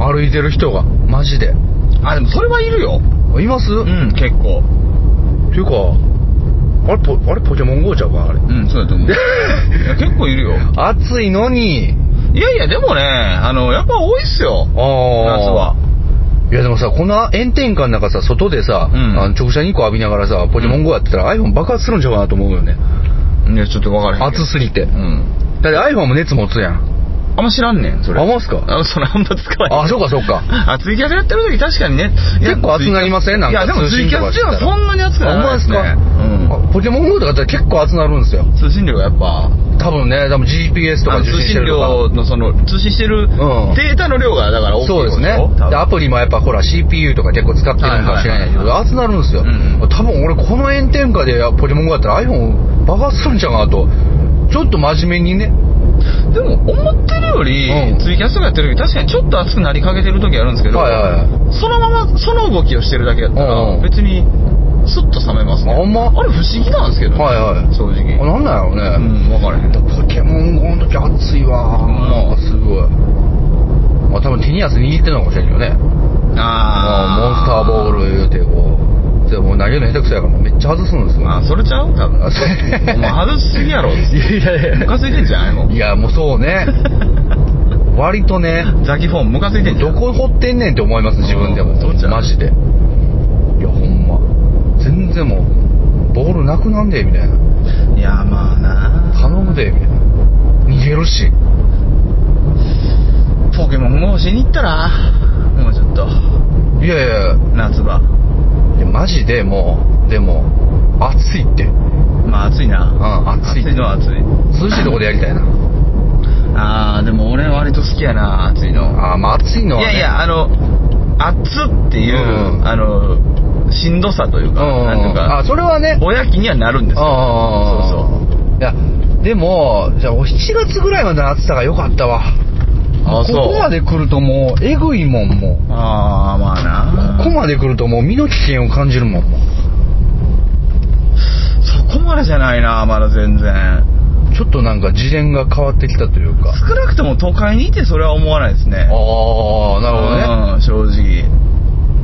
うん。歩いてる人が。マジで。あ、でもそれはいるよ。います、うっん、結構。ていうか、あれポ、あれポケモン GO ちゃうかあれ。うん、そうだ と思う。いや結構いるよ。暑いのに、いやいや、でもね、あの、やっぱ多いっすよ。あ夏あ。は。。いやでもさ、この炎天下の中さ、外でさ、うんあの直射日光浴びながらさ、ポケモン GO やってたら iPhone 爆発するんちゃうかなと思うよね。いや、ちょっとわからへんけど。暑すぎて。うん。だって iPhone も熱持つやん。あんま知らんねん、それ。あほんまっすかあそれあんま使わへん。あそうかそうかあ、ツイキャスやってる時確かにね。いや結構熱くなりませんなんかいや、でもツイキャスではそんなに熱くならないですねね。あポケモン GO とかだったら結構熱なるんですようん。通信量がやっぱ、多分ね多分 GPS とかあの受通信して信ると量かのその、通信してるんデータの量がだから大きいそうですねってことしょ多分でアプリもやっぱほら CPU とか結構使ってるんかもしれないけどはいはいはい熱なるんですよ、うんう多ん分俺この炎天下でポケモン GO だったら iPhone 爆発するんちゃうかなとちょっと真面目にねでも思ってるより、うんツイキャスとかやってる時確かにちょっと熱くなりかけてる時あるんですけど、はいはいはいそのままその動きをしてるだけやったうんうらん別にスッと冷めますねあほんまあれ不思議なんですけどね、はいはい正直あなんなんやろうね、ん分からへんポケモン GO の時熱いわうんまあすごいまあ多分手に汗握ってるのかもしれんけどねまあモあンスターボール言うてこうでも投げるの下手くそやからめっちゃ外すんですよあそれちゃう多分おあそれ前外しすぎやろ いやいやいムカついてんじゃないやも んいやもうそうね割とねザキフォームムカついてんじどゃんこ掘ってんねんって思います自分でもうんそうちゃうマジでいやほんま全然もうボールなくなんでみたいないやまあな頼むでみたいな逃げるしポケモンもうしに行ったらもうちょっといやいや夏場いやマジでもうでも暑いってまあ暑いな、うん暑い暑いのは暑い涼しいとこでやりたいなあーでも俺割と好きやな暑いのあーまあ暑いのはいねやいやあの暑っていう、うんあのしんどさといううんか、うんなんていううんかあそれはねぼやきにはなるんですよああそうそういやでもじゃあ7月ぐらいまでの暑さが良かったわあそうここまで来るともうえぐいもんもうああまあなここまで来るともう身の危険を感じるもんもうそこまでじゃないなまだ全然ちょっとなんか次元が変わってきたというか少なくとも都会にいてそれは思わないですねああなるるほどね、うん、正直ほどね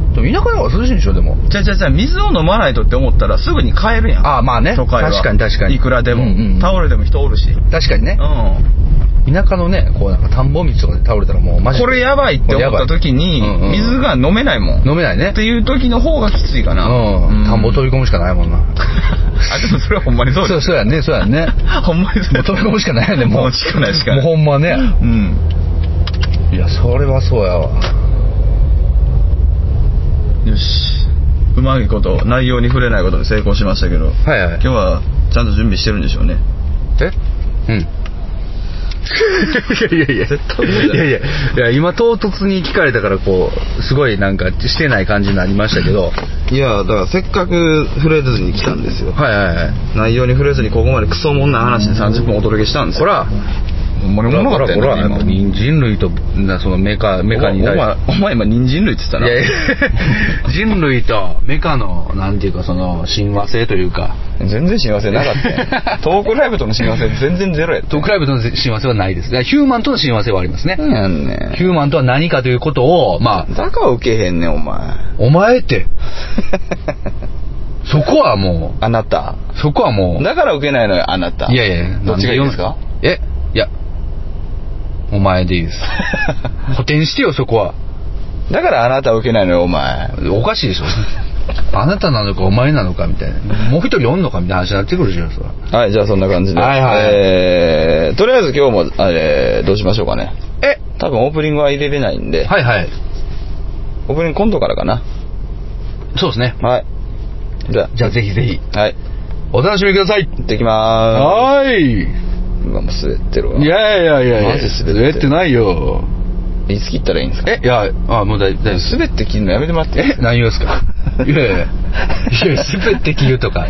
でも田舎の方が涼しいんでしょでもじゃあじゃあじゃあ水を飲まないとって思ったらすぐに帰るやんあーまあね都会は確かに確かにいくらでも、うんうんうん倒れても人おるし確かにうねん田舎のねこうなんか田んぼ道とかで倒れたらもうマジでこれやばいって思った時に、これやばいうんうん水が飲めないもん。飲めないねっていう時の方がきついかな。うん田んぼ飛び込むしかないもんなあ、でもそれはほんまにそうそうです。そうやねそうやね ほんまにそうもう飛び込むしかないよねもうもうしかないしかない。もうほんまねうん。いやそれはそうやわよし。うまいこと、内容に触れないことに成功しましたけはど、いは今日はちゃんと準備してるんでしょうね。えうん いやいやいや絶対無理だいやいやいや今唐突に聞かれたからこうすごいなんかしてない感じになりましたけどいや、だからせっかく触れずに来たんですよ。はいはいはい内容に触れずにここまでクソもんな話で30分お届けしたんですほよ。らほんまにおもろかったよほらなほらやっぱ人人類となそのメカメカにお対して前、お前今人参類って言ってたな。いやい や人類とメカのなんていうかその親和性というか全然幸せなかったよトークライブとの幸せ全然ゼロやったトークライブとの親和性はないですねヒューマンとの親和性はありますね、なんやんねヒューマンとは何かということをまあんだからウケへんねんお前お前ってそこはも あなたうそこはもうだからウケないのよあなたいやいやどっちがいいですかなんでえいやお前でいいです補填してよそこは だからあなたウケないのよお前おかしいでしょ あなたなのかお前なのかみたいなもう一人おんのかみたいな話になってくるじゃんそれはいじゃあそんな感じではいはいえー、とりあえず今日も、えー、どうしましょうかねえ多分オープニングは入れれないんで、はいはいオープニング今度からかなそうですねはいじゃじゃあぜひぜひあはいお楽しみください行ってきまーすいうわもう滑ってるわいやいやいやいやマジ滑ってるてないよいつ切ったらいいんですかえいやあもう大丈夫滑って切るのやめてもらっていいえ何言うんすか いやいやいやいや滑って切るとか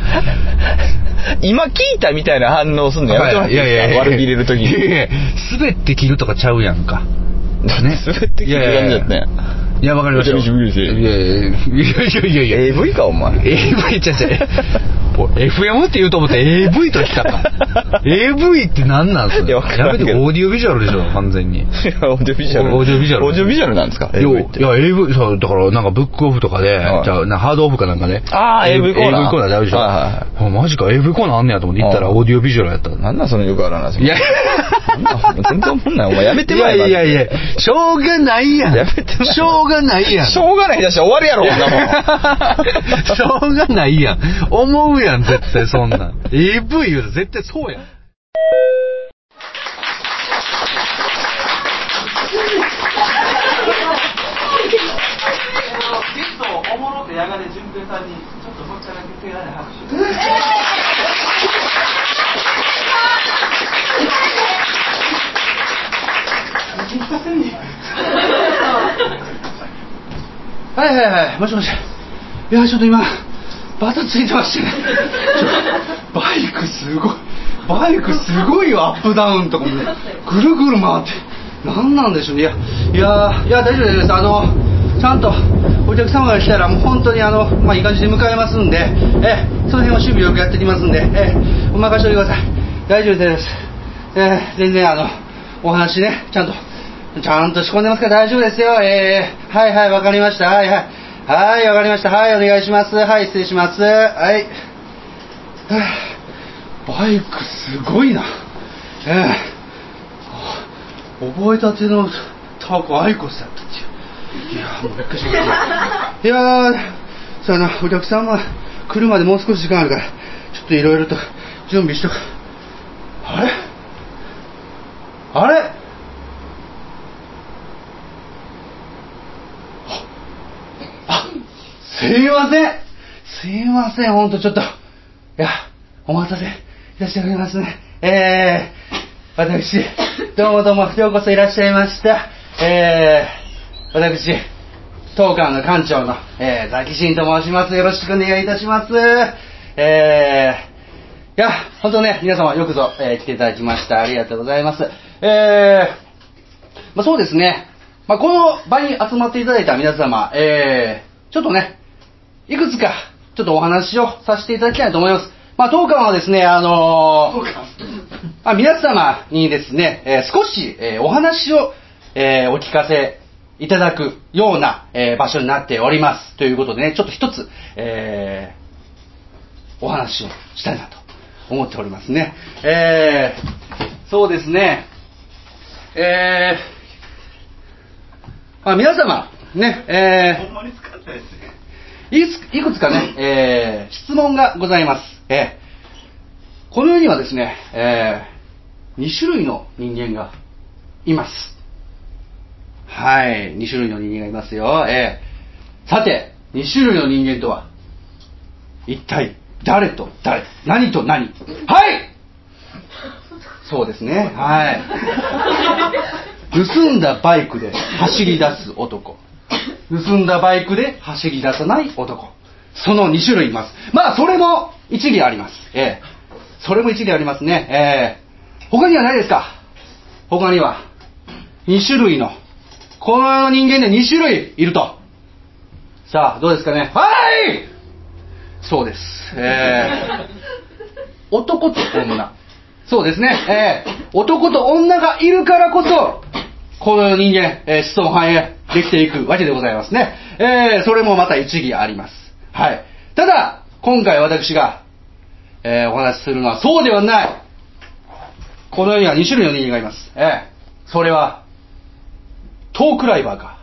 今聞いたみたいな反応すんのやめてもらっていいですか悪びれる時い やいやに。滑って切るとかちゃうやんかね滑ってきてる感じだったやん。いやわかりましためちゃめちゃ無理ですいやいやいやいやいやいや AV かお 前。 AV ちゃうちゃうお FM って言うと思ったら AV と来たか AV って何なんすいやわからんやけどめてオーディオビジュアルでしょ完全にいやオーディオビジュアル。オーディオビジュアルオーディオビジュアルなんですかいや AV っていや AV そうだからなんかブックオフとかで、はいじゃあなハードオフかなんかねあー AV コーナー AV コーナーであるでしょ、はいあマジか AV コーナーあんねやと思って行ったらはいオーディオビジュアルやったなんなんそのよくある話。いやいなんなん全然おもんない。お前やめてもらやえばいやいやしょうがないやんやめてまえしょうがないやんしょうがないだし終わるやろ、こんなもん。 しょうがないやん思うやん絶対そんなん AV 言うと絶対そうやんで上がれ淳平さんにちょっともう一回だけ手荒い拍手はいはいはい、もしもし。いや、ちょっと今、バタついてましてね。ちょバイクすごい、バイクすごいよ、アップダウンとかもね。ぐるぐる回って。なんなんでしょうね。いや、いや、いや、大丈夫です大丈夫です。あの、ちゃんと、お客様が来たら、もう本当にあの、まあ、いい感じで迎えますんで、ええ、その辺は守備よくやってきますんで、ええ、お任せしておいてください。大丈夫です。ええ、全然あの、お話ね、ちゃんとちゃんと仕込んでますから大丈夫ですよ。えー、はいはい、わかりました。はいはい。はい、わかりました。はい、お願いします。はい、失礼します。はい。はあバイクすごいな。ええ覚えたてのタバコアイコスだったっていう。いやー、もうびっくりしました。いやー、そうやな、お客さんは来るまでもう少し時間あるから、ちょっといろいろと準備しとく。あれあれあ、すいません。すいません、ほんとちょっと。いや、お待たせいらっしゃいますね。えー、私、どうもどうも、ようこそいらっしゃいました。えー、私、当館の館長の、えー、ザキシンと申します。よろしくお願いいたします。えー、いや、ほんとね、皆様よくぞ、えー来ていただきました。ありがとうございます。えー、まあ、そうですね。まあ、この場に集まっていただいた皆様、えー、ちょっとね、いくつか、ちょっとお話をさせていただきたいと思います。まあ、当館はですね、あのー、まあ、皆様にですね、えー少し、えーお話を、えーお聞かせいただくような、えー場所になっております。ということでね、ちょっと一つ、えー、お話をしたいなと思っておりますね。えー、そうですね、えー、まあ、皆様、ね、えほんまに使ったやつねー、いついくつかね、えー、質問がございます。えー、この世にはですね、えー、2種類の人間がいます。はい、2種類の人間がいますよ。えー、さて、2種類の人間とは、一体誰と誰何と何はいそうですね はい盗んだバイクで走り出す男盗んだバイクで走り出さない男その2種類いますまあそれも一理ありますええそれも一理ありますねええ他にはないですか他には2種類のこの人間で2種類いるとさあどうですかねはいそうです。えー、男と女。 そうですね。えー、男と女がいるからこそ、この人間、えー子孫繁栄できていくわけでございますね。えー、それもまた一義あります。はい。ただ、今回私が、えーお話しするのはそうではない。この世には2種類の人間がいます。えー、それは、トークライバーか、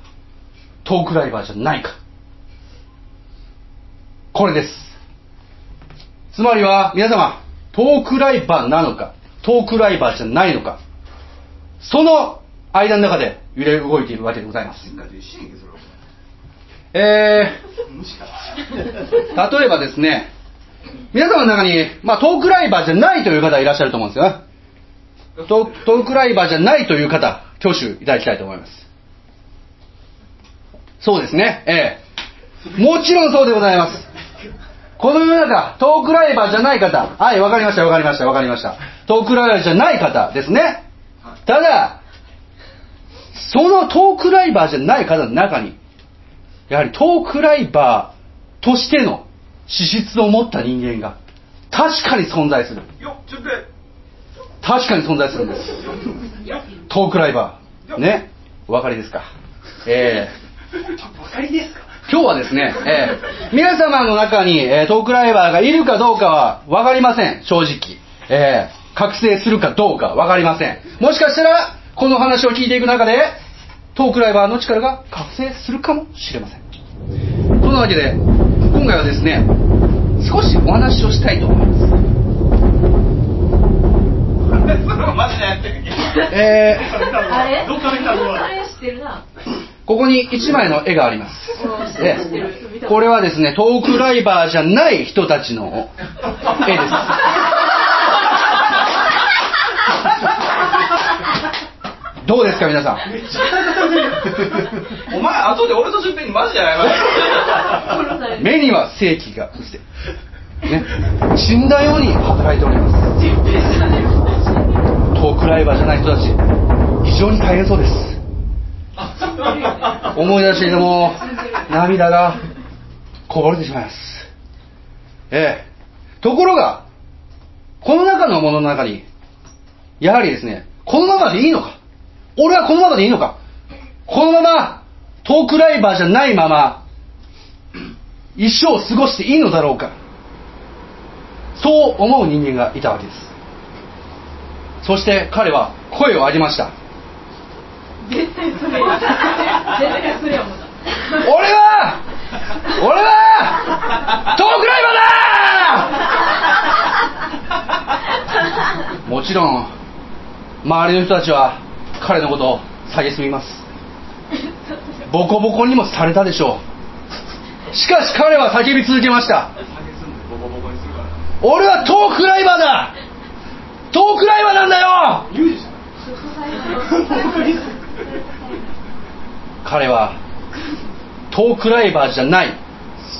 トークライバーじゃないか。これです。つまりは、皆様、トークライバーなのか、トークライバーじゃないのか、その間の中で揺れ動いているわけでございます。進化と一緒やんけそれはえ無視かー、例えばですね、皆様の中に、まあ、トークライバーじゃないという方いらっしゃると思うんですよね。トトークライバーじゃないという方、挙手いただきたいと思います。そうですね、ええもちろんそうでございます。この世の中、トークライバーじゃない方、はい、わかりました、わかりました、わかりました。トークライバーじゃない方ですね。ただ、そのトークライバーじゃない方の中に、やはりトークライバーとしての資質を持った人間が、確かに存在する。よっちょっと待って確かに存在するんです。トークライバー。ね。お分かりですか。えあわかりですかー今日はですね、えー皆様の中に、えートークライバーがいるかどうかは分かりません、正直。えー覚醒するかどうか分かりません。もしかしたら、この話を聞いていく中で、トークライバーの力が覚醒するかもしれません。そんなわけで、今回はですね、少しお話をしたいと思います。 マジでやってるけえーあれどっから来たのあれ知ってるな。ここに一枚の絵があります。うん知ってる知ってる。見これはですね、トークライバーじゃない人たちの絵です。どうですか、皆さん。 お前、後で俺と順平にマジで謝れ。殺され る目には正気がうずて、ね、死んだように働いており ますトークライバーじゃない人たち非常に大変そうです思い出しても涙がこぼれてしまいますええところがこの中のものの中にやはりですねこのままでいいのか俺はこのままでいいのかこのままトークライバーじゃないまま一生を過ごしていいのだろうかそう思う人間がいたわけですそして彼は声を上げました絶対それ絶対それやもんな俺は俺はトークライバーだもちろん周りの人たちは彼のことを蔑みますボコボコにもされたでしょうしかし彼は叫び続けました俺はトークライバーだトークライバーなんだよユージじゃ彼はトークライバーじゃない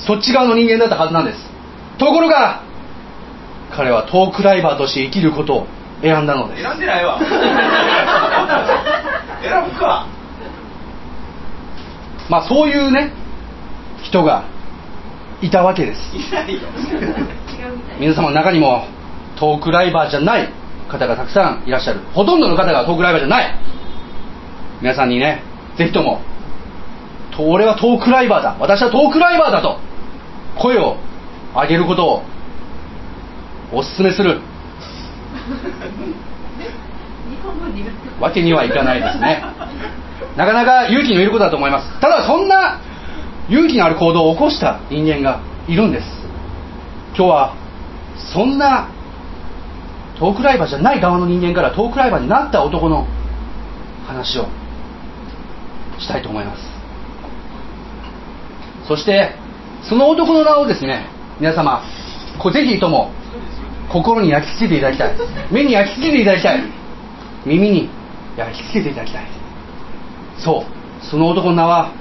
そっち側の人間だったはずなんですところが彼はトークライバーとして生きることを選んだのですない選んでないわ。選ぶか。まあそういうね人がいたわけですいないよ。皆様の中にもトークライバーじゃない方がたくさんいらっしゃるほとんどの方がトークライバーじゃない皆さんにねぜひともと俺はトークライバーだ私はトークライバーだと声を上げることをお勧めする日本語苦手わけにはいかないですねなかなか勇気のいることだと思いますただそんな勇気のある行動を起こした人間がいるんです今日はそんなトークライバーじゃない側の人間からトークライバーになった男の話をしたいと思いますそしてその男の名をですね皆様こうぜひとも心に焼き付けていただきたい目に焼き付けていただきたい耳に焼き付けていただきたいそうその男の名は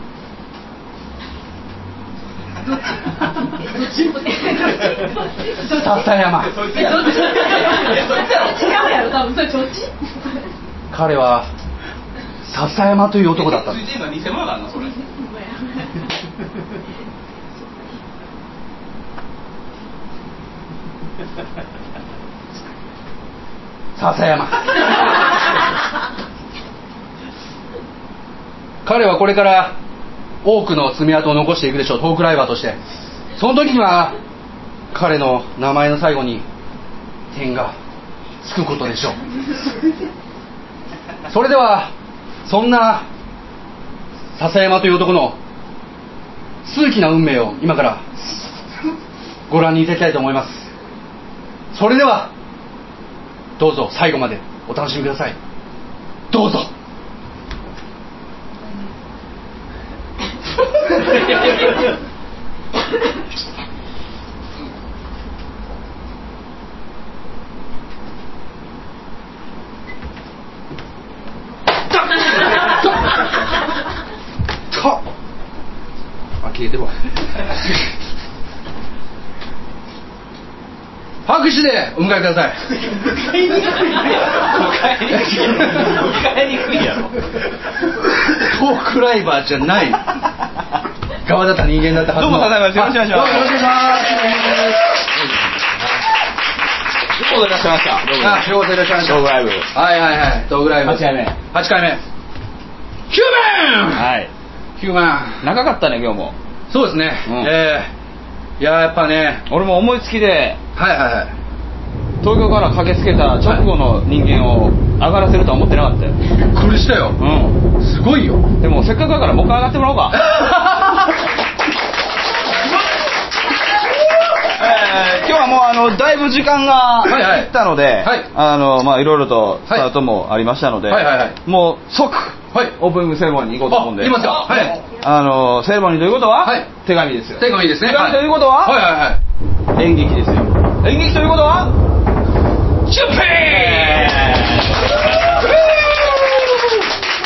笹山そいつやろ。そいつやろ。違うやろ多分それ どっち彼は笹山という男だったつんでいすてんのは偽物だな、それ。笹山彼はこれから多くの爪痕を残していくでしょうトークライバーとしてその時には彼の名前の最後に点がつくことでしょうそれではそんな笹山という男の数奇な運命を今からご覧にいただきたいと思いますそれではどうぞ最後までお楽しみくださいどうぞとあ消えてるわ拍手でお迎えください迎えにくいやろ。迎えにくいやろ。トークライバーじゃ ない側だった人間だったはずのどうも笹山ですよろしくお願いしますどうもよろしくお願いしどうもいらっしゃいまました。すあようこそいらっしゃいましたトークライブはいはいはいトークライブ八回目8回目ヒューマンはい。ヒューマン長かったね、今日も。そうですね、うんええいややっぱね俺も思いつきで、はいはいはい東京から駆けつけた直後の人間を上がらせるとは思ってなかったよ。びっくりしたようすごいよん。でもせっかくだからもう一回上がってもらおうか。えー今日はもうあのだいぶ時間がはいはい切ったので、はいあのまあいろいろとスはいタートもありましたので、はいはいはいもう即はいオープニングセレモニーに行こうと思うんであ行きますかはいあのセレモニーということは、はい手紙ですよ手紙ですね手紙ということは、はいはいはい演劇ですよ演劇ということはチュッピ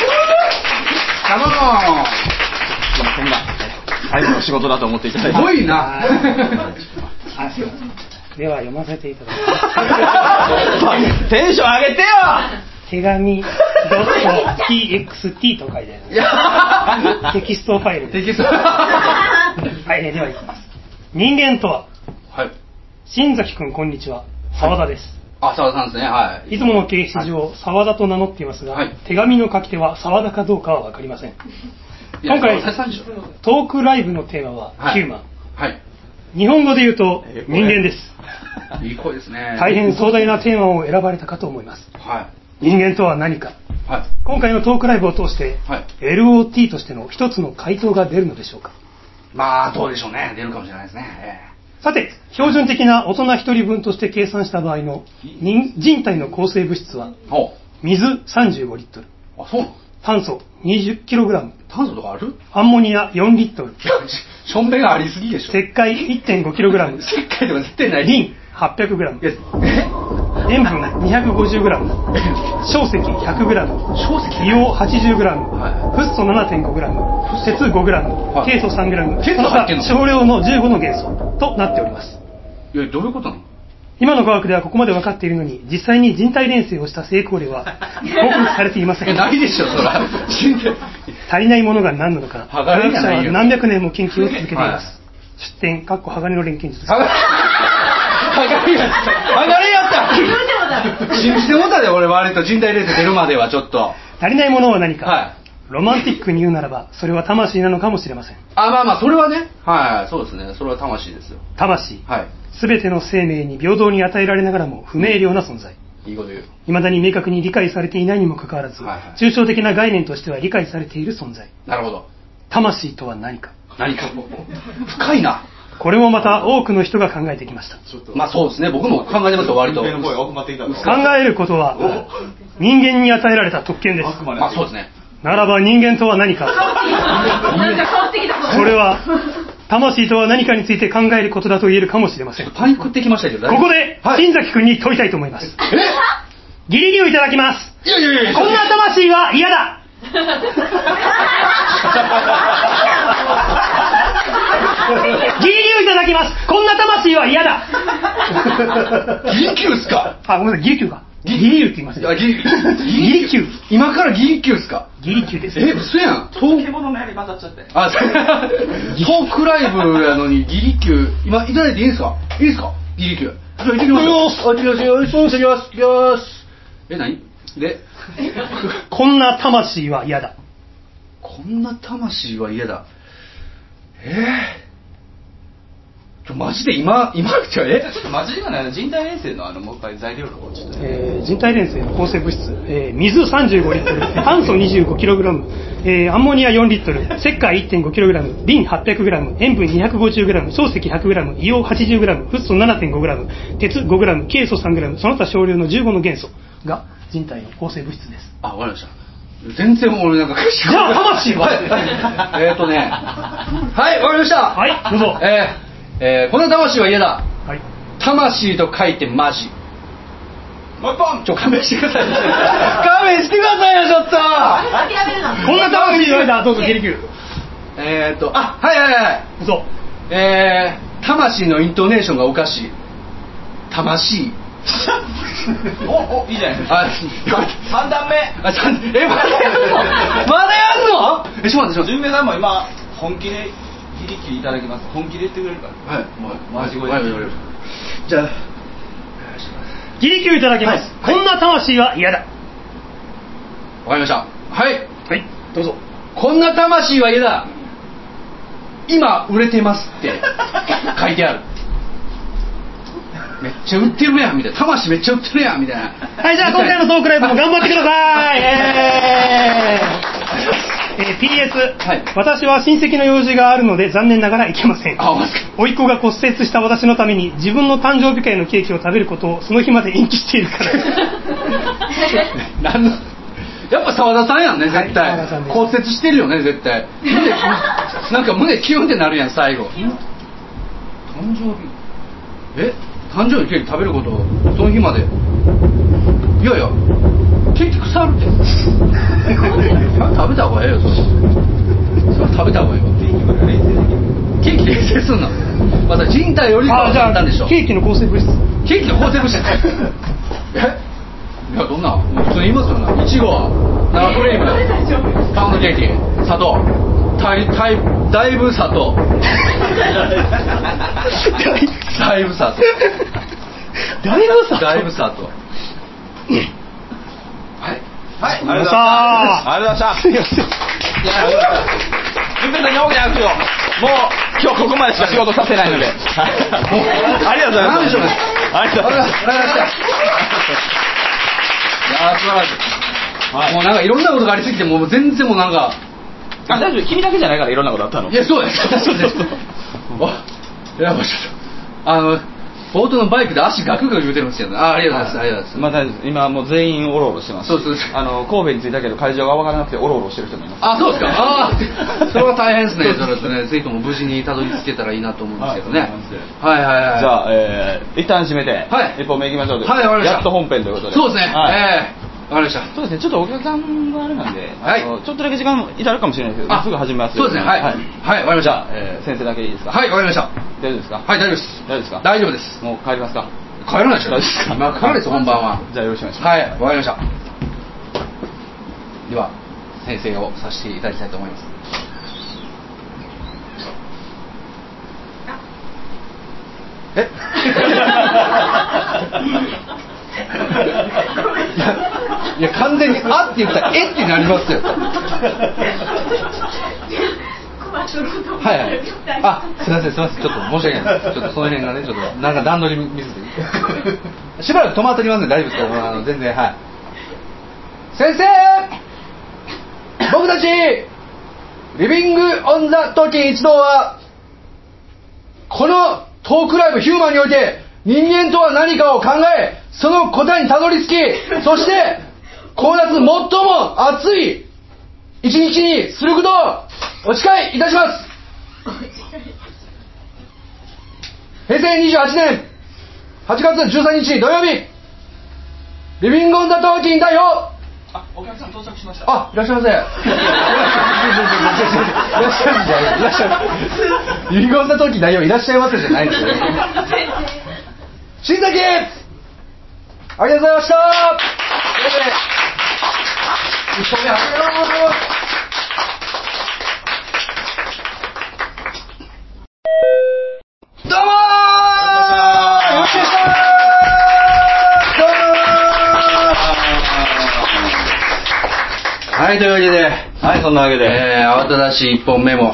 ー頼むそんな最後の仕事だと思っていただいてすごい なでは読ませていただきます。テンション上げてよ手紙 .txt と書いてあります。テキストファイルです。テキストは はい、えーではいきます。人間とは、い新崎くんこんにちは。沢田です。あ澤田さんですねはいいつもの形式上、沢田と名乗っていますが、はい手紙の書き手は沢田かどうかはわかりません。いや今回澤田さんでしょトークライブのテーマは、はいヒューマン。はい日本語で言うと、人間です。いい声ですね大変壮大なテーマを選ばれたかと思います。は人間とは何か。いはい今回のトークライブを通して、はい LOT としての一つの回答が出るのでしょうか。まあどうでしょうね出るかもしれないですねさて、標準的な大人1人分として計算した場合の人人体の構成物質は、ええお水35リットル、あそうなの炭素 20kg、炭素とかある アンモニア4リットル、いやししょんべんがありすぎでしょ石灰 1.5kg、石灰とか絶対ないリいン 800g、や塩分 250g、硝石 100g、小石硫黄 80g、はフッ素 7.5g、鉄 5g、はいケイ素 3g、ケイ素その入ってん他の少量の15の元素となっております。いやどういうことなの今の科学ではここまで分かっているのに、実際に人体錬成をした成功 例は報告されていませいやん。ないでしょそら死んで足りないものが何なのか、科剥が学れじゃ者ないよは何百年も研究を続けていまはす。出典、かっこ鋼の錬金術です。上がりやった上がりやっそうだた信じてもうたで俺割と人体冷静出るまではちょっと足りないものは何か、はいロマンティックに言うならば、それは魂なのかもしれません。あまあまあそれはねはいそうですねそれは魂ですよ魂、はすべての生命に平等に与えられながらも不明瞭な存在。いいいこと言う未だに明確に理解されていないにもかかわらず、はいはい抽象的な概念としては理解されている存在。なるほど魂とは何か。何か深いなこれもまた多くの人が考えてきました。まあそうですね僕も考えてますよ割との声が奥まっていたの考えることは人間に与えられた特権です。まあそうですねならば人間とは何か。なんか変わってきたそれ は、魂とは何かについて考えることだと言えるかもしれません。こパニックってきましたけど大丈夫こで、新崎君に問いたいと思います。ギリギリをいただきます。いやいやいやいやこんな魂は嫌だギリギリをいただきます。こんな魂は嫌だギリキューっすかあ、ごめんなさい、ギリキューか。ギリキューって言いましたいやね。ギリギリキュー。今からギリキューっすかギリキューです。え嘘やんトー獣のやり混ざっちゃってあそうトークライブやのにギリキュー今いただいていいんすかいいですかギリキューじゃあ行ってきますよあ行ってきますよそうしてきます行ってきますえ何でこんな魂は嫌だ。こんな魂は嫌だ。えぇ、ちょマジで今、今、ちょ、えマジで今ね、人体衛生のあの、もう一回材料の方ちょっとね。えー人体錬成の構成物質、えー水35リット ル、炭素 25kg、えーアンモニア4リットル、石灰 1.5kg、リン 800g、塩分 250g、漱石 100g、硫黄 80g、フッ素 7.5g、鉄 5g、ケイ素 3g、その他少量の15の元素が人体の構成物質です。あ、わかりました。全然俺なんか、じゃあ魂ははい えっとね、はい、わかりました。はいどうぞえーえーこんな魂は嫌だ。はい。魂と書いてマジ。もう一本ちょ、勘弁してください。勘弁してくださいよ、ちょっと諦めるなこんな魂は嫌だ、どうぞ、ゲリキュー。えーっと、あ、はいはいはい。どうぞ。えー、魂のイントネーションがおかしい。魂。お、お、いいじゃないですか。あ、三段目。あ、ちゃんえ、まだやんのまだやんのえ、ちょっと待って、ちょっと待って。純平さんも今、本気で、ギリキューいただきます。本気で言ってくれるから。はい、マジ声ではいはいはいじゃあ、ギリキューいただきます。こんな魂は嫌だ。わかりました。はい。はい、どうぞ。こんな魂は嫌だ。今、売れてますって書いてある。めっちゃ売ってるやん、みたいな。魂めっちゃ売ってるやん、みたいな。はい、じゃあ今回のトークライブも頑張ってください。ええー PS、はい私は親戚の用事があるので残念ながら行けませ ん。あ、マジか。甥っ子が骨折した私のために自分の誕生日会のケーキを食べることをその日まで延期しているから。 なんのやっぱ澤田さんやんね、はい絶対澤田さん。です骨折してるよね、絶 対。胸なんか胸キュンってなるやん、最後。誕生日。え誕生日ケーキ食べることをその日まで。いやいや、結局触る って。食べた方がええよ、それ。それ食べた方がええわ。ケーキ冷静すんな。また人体よりかはあ、じゃ簡 単でしょあ、。ケーキの構成物質。ケーキの法則じゃないえいやどんな普通に言いますよないちご生クリームパウンドケーキ砂糖たいたいだいぶ砂糖だいぶ砂糖だいぶさ、だいぶ砂糖はいはいありがとうございましたありがとうございました。いや純平さんに大きな拍手をもう今日ここまでしか仕事させないのでありがとうございます何でしょうねありがとうございますありがとうございましたいやー素晴らしい、もうなんかいろんなことがありすぎてもう全然もうなんかあ大丈夫君だけじゃないからいろんなことあったのいや、そうです。そうです。 あ、やばい、ちょっと。あの、冒頭のバイクで足ガクガク言うてるんですよね。あ、ありがとうございます。ありがとうございます。まあ、大丈夫です今もう全員オロオロしてますそうそうそうあの神戸に着いたけど会場が分からなくてオロオロしてる人もいますあ、そうですか。あーそれは大変ですね。それはね、ぜひとも無事にたどり着けたらいいなと思うんですけどね。はいはいはい。じゃあ、えー、一旦締めて、はい一本目いきましょうというはい、わかりました。やっと本編ということでそうですね。はいええ、わかりました。そうですねちょっとお客さんがあれなんで、はいあのちょっとだけ時間いただくかもしれないですけどあすぐ始めますそうですねはいはいわかりましたじゃあ、えー先生だけいいですかはい、わかりました。大丈夫ですかはい、大丈夫です。大丈夫ですか大丈夫です。もう帰りますか帰らないでしょ。大丈夫ですか今帰らないですよ、本番は。じゃあよろしくお願いしますはい、わかりました。では、先生をさせていただきたいと思います。え いやいや完全に「あ」って言ったら「えっ?」てなりますよ困っとることもはいはいあすいませんすいませんちょっと申し訳ないですちょっとその辺がねちょっとなんか段取りミスでしばらく止まっておりますんで大丈夫ですよあの全然はい先生僕たちリビング・オン・ザ・トーキン一同はこのトークライブヒューマンにおいて人間とは何かを考えその答えにたどり着きそしてこの夏最も熱い一日にすることをお誓いいたします平成28年8月13日土曜日リビング・オン・ザ・トーキン代表あお客さん到着しましあ、いらっしゃい ませ。いらっしゃいませ。いらっしゃいませ。遺言な時内容いらっしゃいませじゃないですよ。新崎ありがとうございました一本目始めようどうもーよろしくお願いしますどうもーはい、というわけで、はいそんなわけで、えー、慌ただしい1本目も、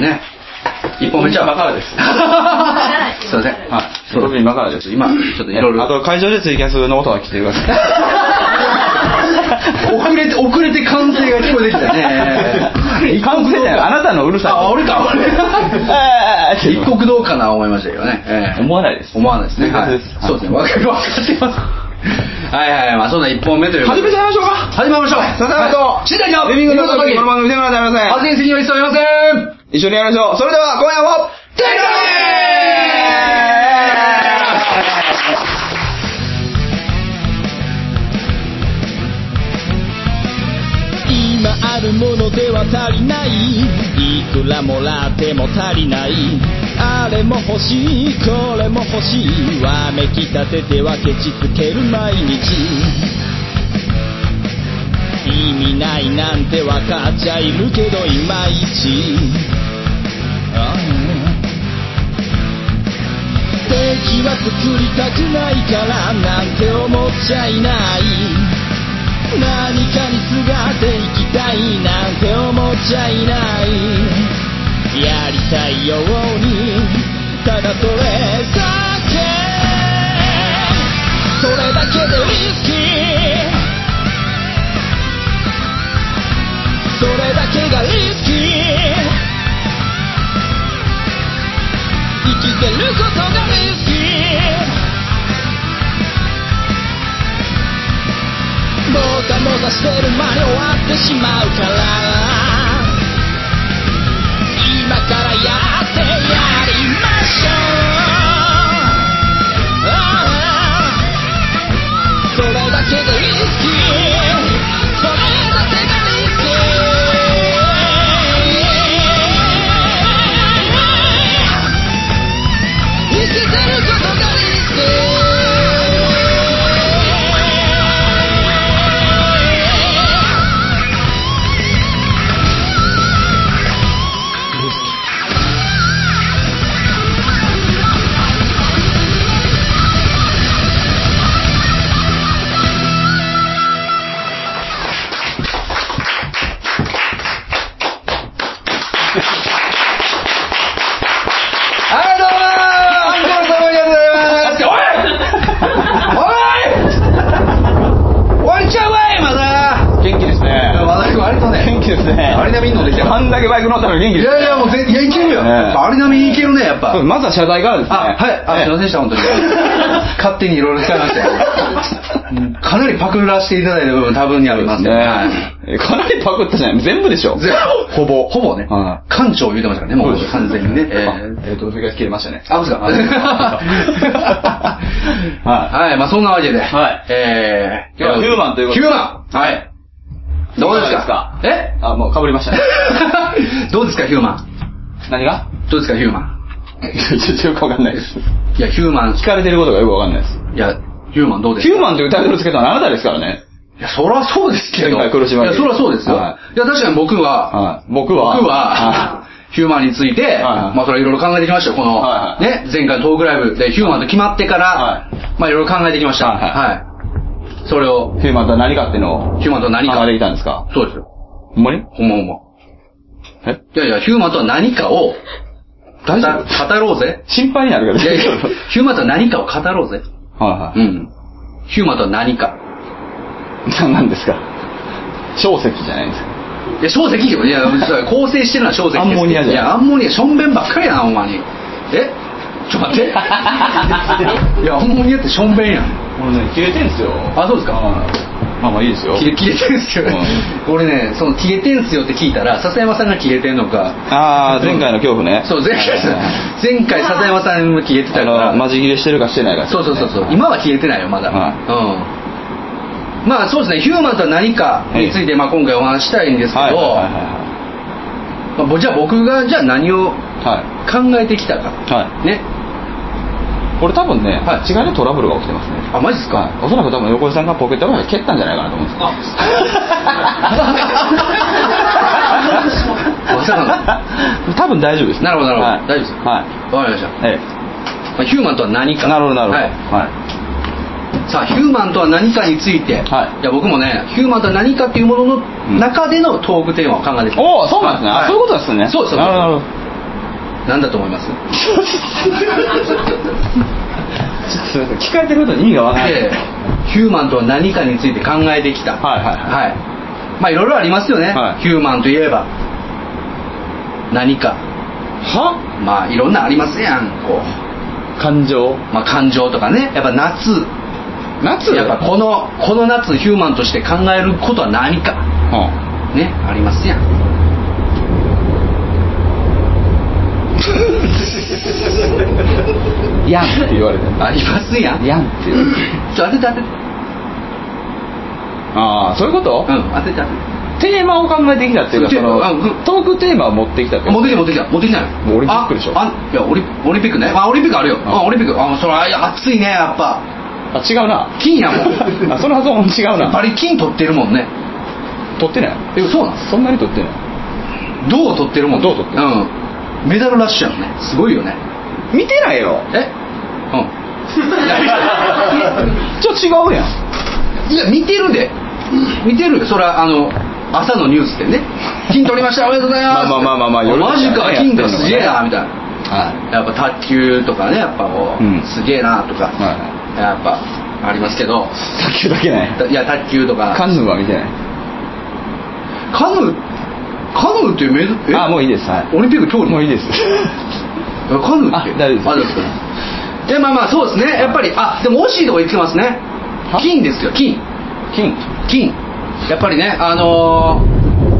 ね、1本目 じゃ今からです すいません。はい、そう特に今からです今、ちょっといろいあとろ。会場でツイキャスの音が来てください 遅れて、遅れて歓声が聞こえてき たね。完成だよあなたのうるさいあ、俺か、俺。 あー一国道かな思いましたけどね。ええ思わないです思わないですね。はそういです。そうですね。わかります。わかってます。はいはいはい。まあ、そんな1本目ということ始で。めちゃいましょうか始めましょう。さあはい新崎のリビングの時この番組でもらってません発言責任を一切おりません。一緒にやりましょうそれでは今夜もテレ今あるものでは足りないいくらもらっても足りないあれも欲しいこれも欲しいわめきたててはケチつける毎日意味ないなんてわかっちゃいるけどいまいちああ敵は作りたくないからなんて思っちゃいない何かにすがっていきたいなんて思っちゃいないやりたいようにただそれだけそれだけでリスキーそれだけがリはしてる間に終わってしまうから今からやってやりましょうああそれだけがリスキーそれだけがリスキー生きてることがリスキーリスキーはい、どうもーどうもありがとうございますお いおい終わりちゃうわい、まだ元気ですねまだ割とね、元気ですねアリナミンのできたあんだけバイク乗ったのに元気いですやいや、もう全いやいけるよ。ねやっぱアリナミンいけるね、やっぱ。そうまずは謝罪からですねあ、はい、あ、すいませんでした、 本当に。勝手にいろいろ使いましたよ。うんかなりパクらせていただいた部分多分にありますね。ねえかなりパクったじゃない全部でしょ全部ほぼ。ほぼねは。館長言うてましたからね、もうそうです完全にね。えーえっと、それが切れましたね。あ、そうですか。 ははい、まあそんなわけで。はいえー、今日はヒューマンということヒでューマンはい。どうですかどうですえかあ、もう被り ましたね。どうですか、ヒューマン。何が どうですか、ヒューマン。ちょっとよくわかんないです。いや、ヒューマン、聞かれてることがよくわかんないです。いや、ヒューマンどうですヒかューマンというタイトルつけたのはあなたですからね。いや、そらそうですけど。前回黒島いや、そらそうですよ。、はいや、確かに僕は、はい。僕僕は。は、ヒューマンについて、はいまあそれいろいろ考えてきましたよ。この、はいはね、前回のトークライブでヒューマンと決まってから、はいまあいろいろ考えてきました。はいははいそれをい。、ヒューマンとは何かっていうのをヒューマンとは何考かえ。てきたんですかそうですよ。ほんまにほんまほんま。えいやいや、ヒューマンとは何かを、大丈夫語語ろうぜ。心配になるけいど。や いや、ヒューマンとは何かを語ろうぜ。はういはん。ヒューマンとは何か。い。 何なんですか小石じゃないんですかいや、小石よ。いや、 それ構成してるのは小石です。アンモニアじゃんいや、アンモニア、しょんべんばっかりやな、ほんまに。えちょっと 待って。いや、アンモニアってしょんべんやん。俺ね、切れてんすよ。あ、そうですかまあまあいいですよ。切れ切れてんすよ、う俺ね、その、切れてんすよって聞いたら、笹山さんが切れてんのか。ああ、前回の恐怖ね。そう、前回はいはいはい、前回笹山さんも切れてたかあら。の、マジ切れしてるかしてないか、そうそうそうそう。今は消えてないよ、まだ。はいうん。まあそうですね、ヒューマンとは何かについて、まあ今回お話ししたいんですけはいど、はいはいまあぼじゃあ僕がじゃあ何をはい。考えてきたか。はい。はね。い。これ多分ね、は違いのトラブルが起きてますね。あ、マジっすか、 はい。おそらく多分横井さんがポケットから蹴ったんじゃないかなと思うんですよまさか 多分大丈夫ですね。なるほどなるほどはい大丈夫ですはの。わかりました。い。えまあ、ヒューマンとは何え。か。なるほどなるほど。はいはさあ、ヒューマンとは何かについて、はいいや僕もね、ヒューマンとは何かっていうもののん中でのトークテーマを考えてきい。た。おお、そうなんですね。あはいそういうことですね。そうそうそうなるほどなるほど。なんだと思いますちょっとすいません。聞かれてることに意味がわからない。で、ヒューマンとは何かについて考えてきた。。はいはいはいまあいろいろありますよね。はいヒューマンといえば。何か。はまあいろんなありますやん。こう。感情まあ感情とかね。やっぱ夏。夏やっぱこの、この夏ヒューマンとして考えることは何か。はね。ありますやん。いやんって言われてありますやん。やんって言われてちょ、当てて当てて。ああそういうこと、うん、当てて当てテーマを考えてきたっていうかテそーマのうんトークテーマを持ってきたってて。こと持ってきた持ってきた持ってきたよもうオリンピックでしょああいやオリオリンピックねあオリンピックあるよんあオリンピックあそれあ暑いねやっぱあ違う な金や もんあその発音違うバなリ金取ってるもんね取ってないえそうなんすそんなに取ってない銅取ってるもん銅取ってるうんメダルラッシュやもんねすごいよね見てない よえ うちょ違うやんんいや見てるで見てるよそれはあの朝のニュースでね金取りましたおめでとうございますまあまあまあまあまあ夜とかマねジか金がやってんのかねすげえなみたいはなやっぱ卓球とかねやっぱこう、うんすげえなとか、いはやっぱありますけどい卓球だけないたいや卓球とかカヌーは見てないカヌーカヌーってメダえあもういいですはオリンピック競技いもうい いですカヌーってあ大丈夫ですあいやまあまあそうですねやっぱりあでも惜しいとこ行ってますね金ですよ金金金やっぱりね、あの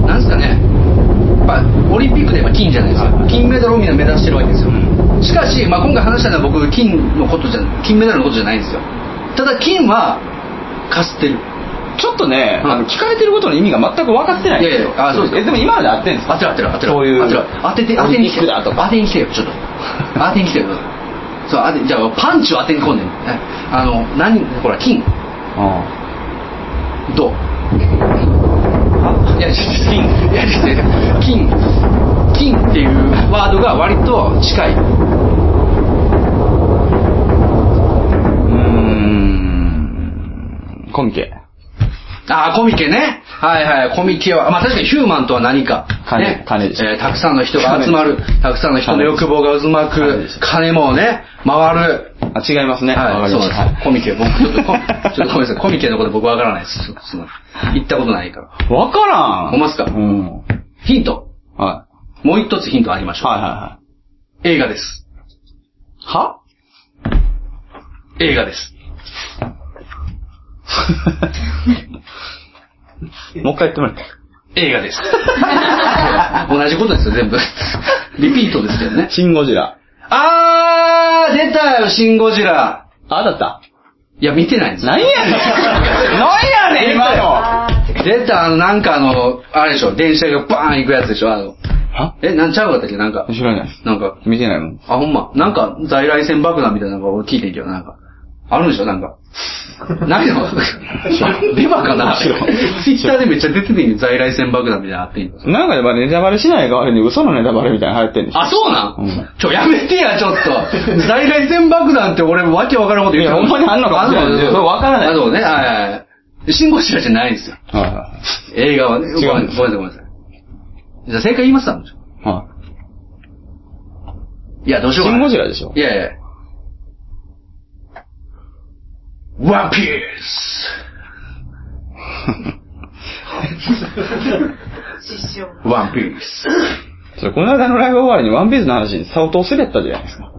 ーなんですかね、まあ、オリンピックで今、金じゃないですか、金メダルをみんな目指してるわけですよ、しかし、まあ、今回話したのは僕、金のことじゃ、金メダルのことじゃないんですよ、ただ、金はかすってる、ちょっとね、うんあの聞かれてることの意味が全く分かってないんですいよやいやあそうですかえでも今まで合ってるんです当かてろ当てろ当てろ、そういう当てろ、当てて、当てに来てオリンピックだとか当てに来てよ、 ちょっと、当てに来てよ、そう当てじゃあ、パンチを当てに来んねん、はいあの、何、ほら、金、どういや、ちょちょ金、いや、ちょちょ金、金っていうワードが割と近い。うーん。コミケあーコミケね。はいはい、コミケは、まあ確かにヒューマンとは何か。金ね、金ですえーたくさんの人が集まる、たくさんの人の欲望が渦巻金くです、金もね、回る。あ違いますね、わはい、かりそうなんでましたす、コミケ、僕、ちょっとコミ、ちょっとごめんな さい、コミケのこと僕わからないです。そその行ったことないから。分からんほんまっすかうんはいヒント。はもう一つヒントありましいょう。は映画です。いは映画です。もう一回言ってもらって映画 です。同じことですよ、全部。リピートですけどね。シン・ゴジラあー、出たよ、シン・ゴジラ。あだったいや、見てないんですなんやねんなんやねん今の出た、あの、なんかあの、あれでしょ、電車がバーン行くやつでしょ、あの。はえ、なんちゃうかったっけなんか、知らないですなんか、見てないのあ、ほんま。なんか、在来線爆弾みたいなのが俺聞いてんけど、なんか。あるんでしょなんか。ないの デマかな知らんツイッターでめっちゃ出ててんよ在来線爆弾みたいなのあってんのなんかやっぱネタバレしない代わりに嘘のネタバレみたいなの流行ってんでしょあ、そうなん、うんちょ、やめてや、ちょっと。 在来線爆弾って俺、わけわからんこと言っていやほんまにあんのかもしれないあそうそうわからないあ、そうね。はいはいはい。シンゴジラじゃないんですよ。はいは映画はね。違うんですごめんなさい、ごめんなさい。じゃあ正解言いますかいはいや、どうしようかな。シンゴジラでしょいやいや。ワンピース失笑。ワンピースいそれこの間のライブ終わりにワンピースの話に相当滑ったじゃないですか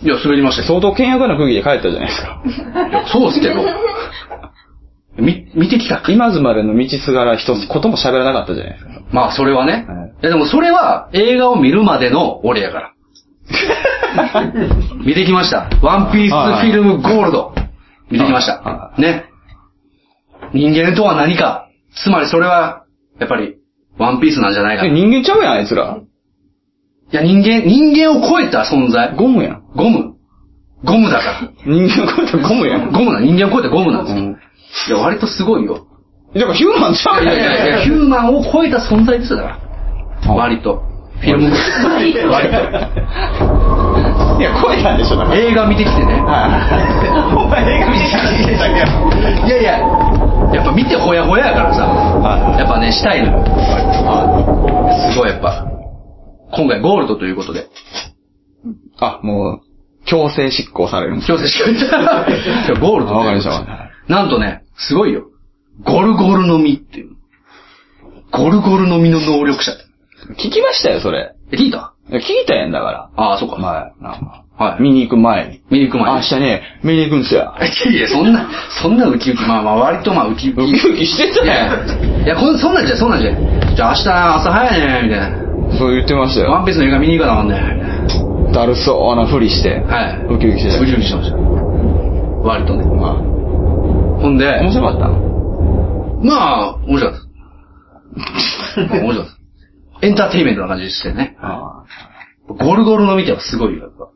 いや、滑りましたよ相当倹約な空気で帰ったじゃないで すかいやそうっすけど。み、見てきたか今津までの道すがら一つことも喋らなかったじゃないですか。まあ、それはね。はいいや、でもそれは映画を見るまでの俺やから。 見てきました。ワンピースフィルムゴールド。見てきましはた。ね。人間とは何か。つまりそれは、やっぱり、ワンピースなんじゃないかな。えい人間ちゃうやん、あいつら。や、人間、人間を超えた存在。ゴムやん。ゴム。ゴムだか人間を超えた らゴムやら。ん。ゴムな、人間を超えたゴムなんでうすよ。いん。や、割とすごいよ。だからヒューマンちゃういややん。いやいや、ヒューマンを超えた存在ですよだから。割と。フィルム。割と。いや、超えたんでしょ、だから。映画見てきてね。はい。お前映画見てきただけやん。いやいや、やっぱ見てほやほややからさ、やっぱね、したいのよ。すごいやっぱ。今回ゴールドということで、あ、もう、強制執行されるんですよ。強制しか見 た。いやゴールドということでわかりましたわかりまなんとね、すごいよ。ゴルゴルの実っていう。ゴルゴルの実の能力者って。聞きましたよ、それ。え、聞いたいや聞いたやんだか。。ああ、そうからはい。なんかはい見に行く前に。見に行く前明に。日ね、見に行くんすよ。 いやいや、そんな、そんなウキウキ。まあまあ、割とまあウキウキ。ウキウキしてたいややん。いや、こんそんなんじゃない、そんなんじゃない。じゃあ明日朝早いね、みたいな。そう言ってましたワンよ。ピースの映画見に行かなあかんね、みたいな。だるそうなふりして。はい。ウキウキしてたウキウキしてました。割とね。まあほんで、面白かったのまあ、面白かった。面白かった。エンターテインメントな感じでしたよね。あゴルゴルの見てはすごいよ、やっぱ。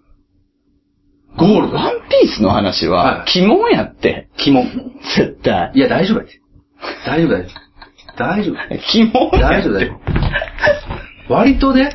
ゴールド。ワンピースの話はは、い鬼門やって。鬼門。絶対。いや、大丈夫だよ。大丈夫だよ。大丈夫。鬼門や大って丈夫だよ。割とね、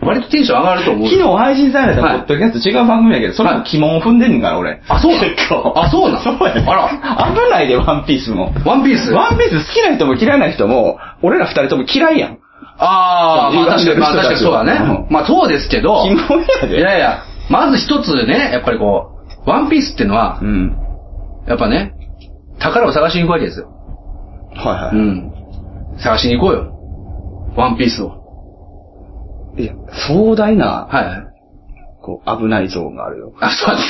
割とテンション上がると思う。昨日配信されたポはいッドキャスト違う番組やけど、それも鬼門を踏んでんねんから、俺。あ、そうなの結構あ、そうなの そうやねあら、危ないで、ワンピースも。ワンピースワンピース好きな人も嫌いな人も、俺ら二人とも嫌いやん。ああ、まあ確かに、まあ確かにそうだね。うんまあそうですけど、鬼門やいで。やいや、まず一つね、やっぱりこう、ワンピースってのはう、ん。やっぱね、宝を探しに行くわけですよ。はういはん。探しに行こうよ。ワンピースを。い。いや、壮大な、はい。こう、危ないゾーンがあるよ。あ、そうだ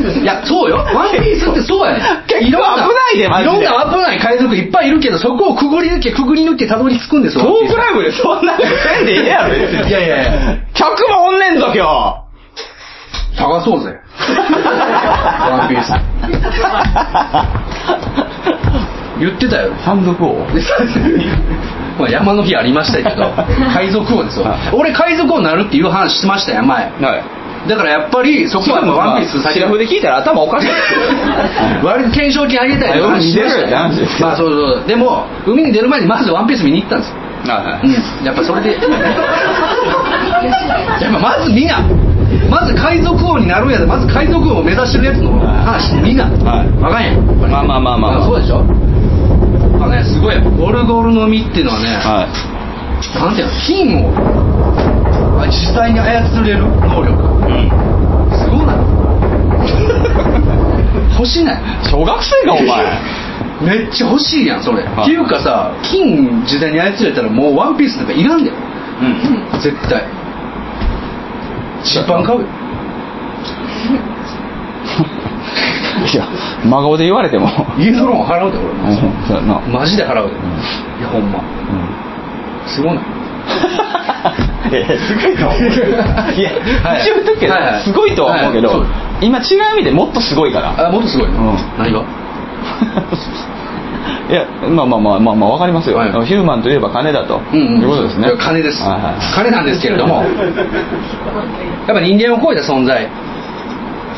ね。いや、そうよ。ワンピースってそうやねん。結構危ないいで、マいジで。ろんな危ない海賊いっぱいいるけど、そこをくぐり抜け、くぐり抜けたどり着くんですトよ。ークライブでそんなのせんでいいやろ、別に。いやいやいや。客もおんねんぞ、今探そうぜ。ワンピース。言ってたよ。日。山賊王でそうですまあ山の日ありました けど、海賊王ですよ。俺海賊王になるっていう話しましたよ、前。はい。だからやっぱり、そこはやっぱワンピースシラフで聞いたら頭おかしいですよ。割と懸賞金あげたりとかしてましたよあよく似てるよねまあそうそうでも海に出る前にまずワンピース見に行ったんですよ、はいうん、やっぱそれでやっぱまず見なまず海賊王になるんやでまず海賊王を目指してるやつの話見な、はいあかんやんやっぱりまあまあまあまあまあそうでしょまあねすごいやっぱゴルゴルの実っていうのはね、はい。なんていうの金をあ実際に操れる能力、すごいな 欲しない小学生か、お前。めっちゃ欲しいやんそれ、はいっていうかさ金時代に操れたらもうワンピースなんかいらんだようん。絶対ジーパン買うよ いや、真顔で言われても。家のローン払うで俺うん、そうやな。マジで払うで、いやほんまうん。すごいな いや、すご いと思う。いや、はい一応言っとくけどはいは、いすごいとは思うけはどいそう、今違う意味でもっとすごいから。あもっとすごいな、うん何が いやまあまあまあまあまあわかりますよ、はいヒューマンといえば金だと、うんうんいうことですねいや金です、はいはい金なんですけれどもやっぱ人間を超えた存在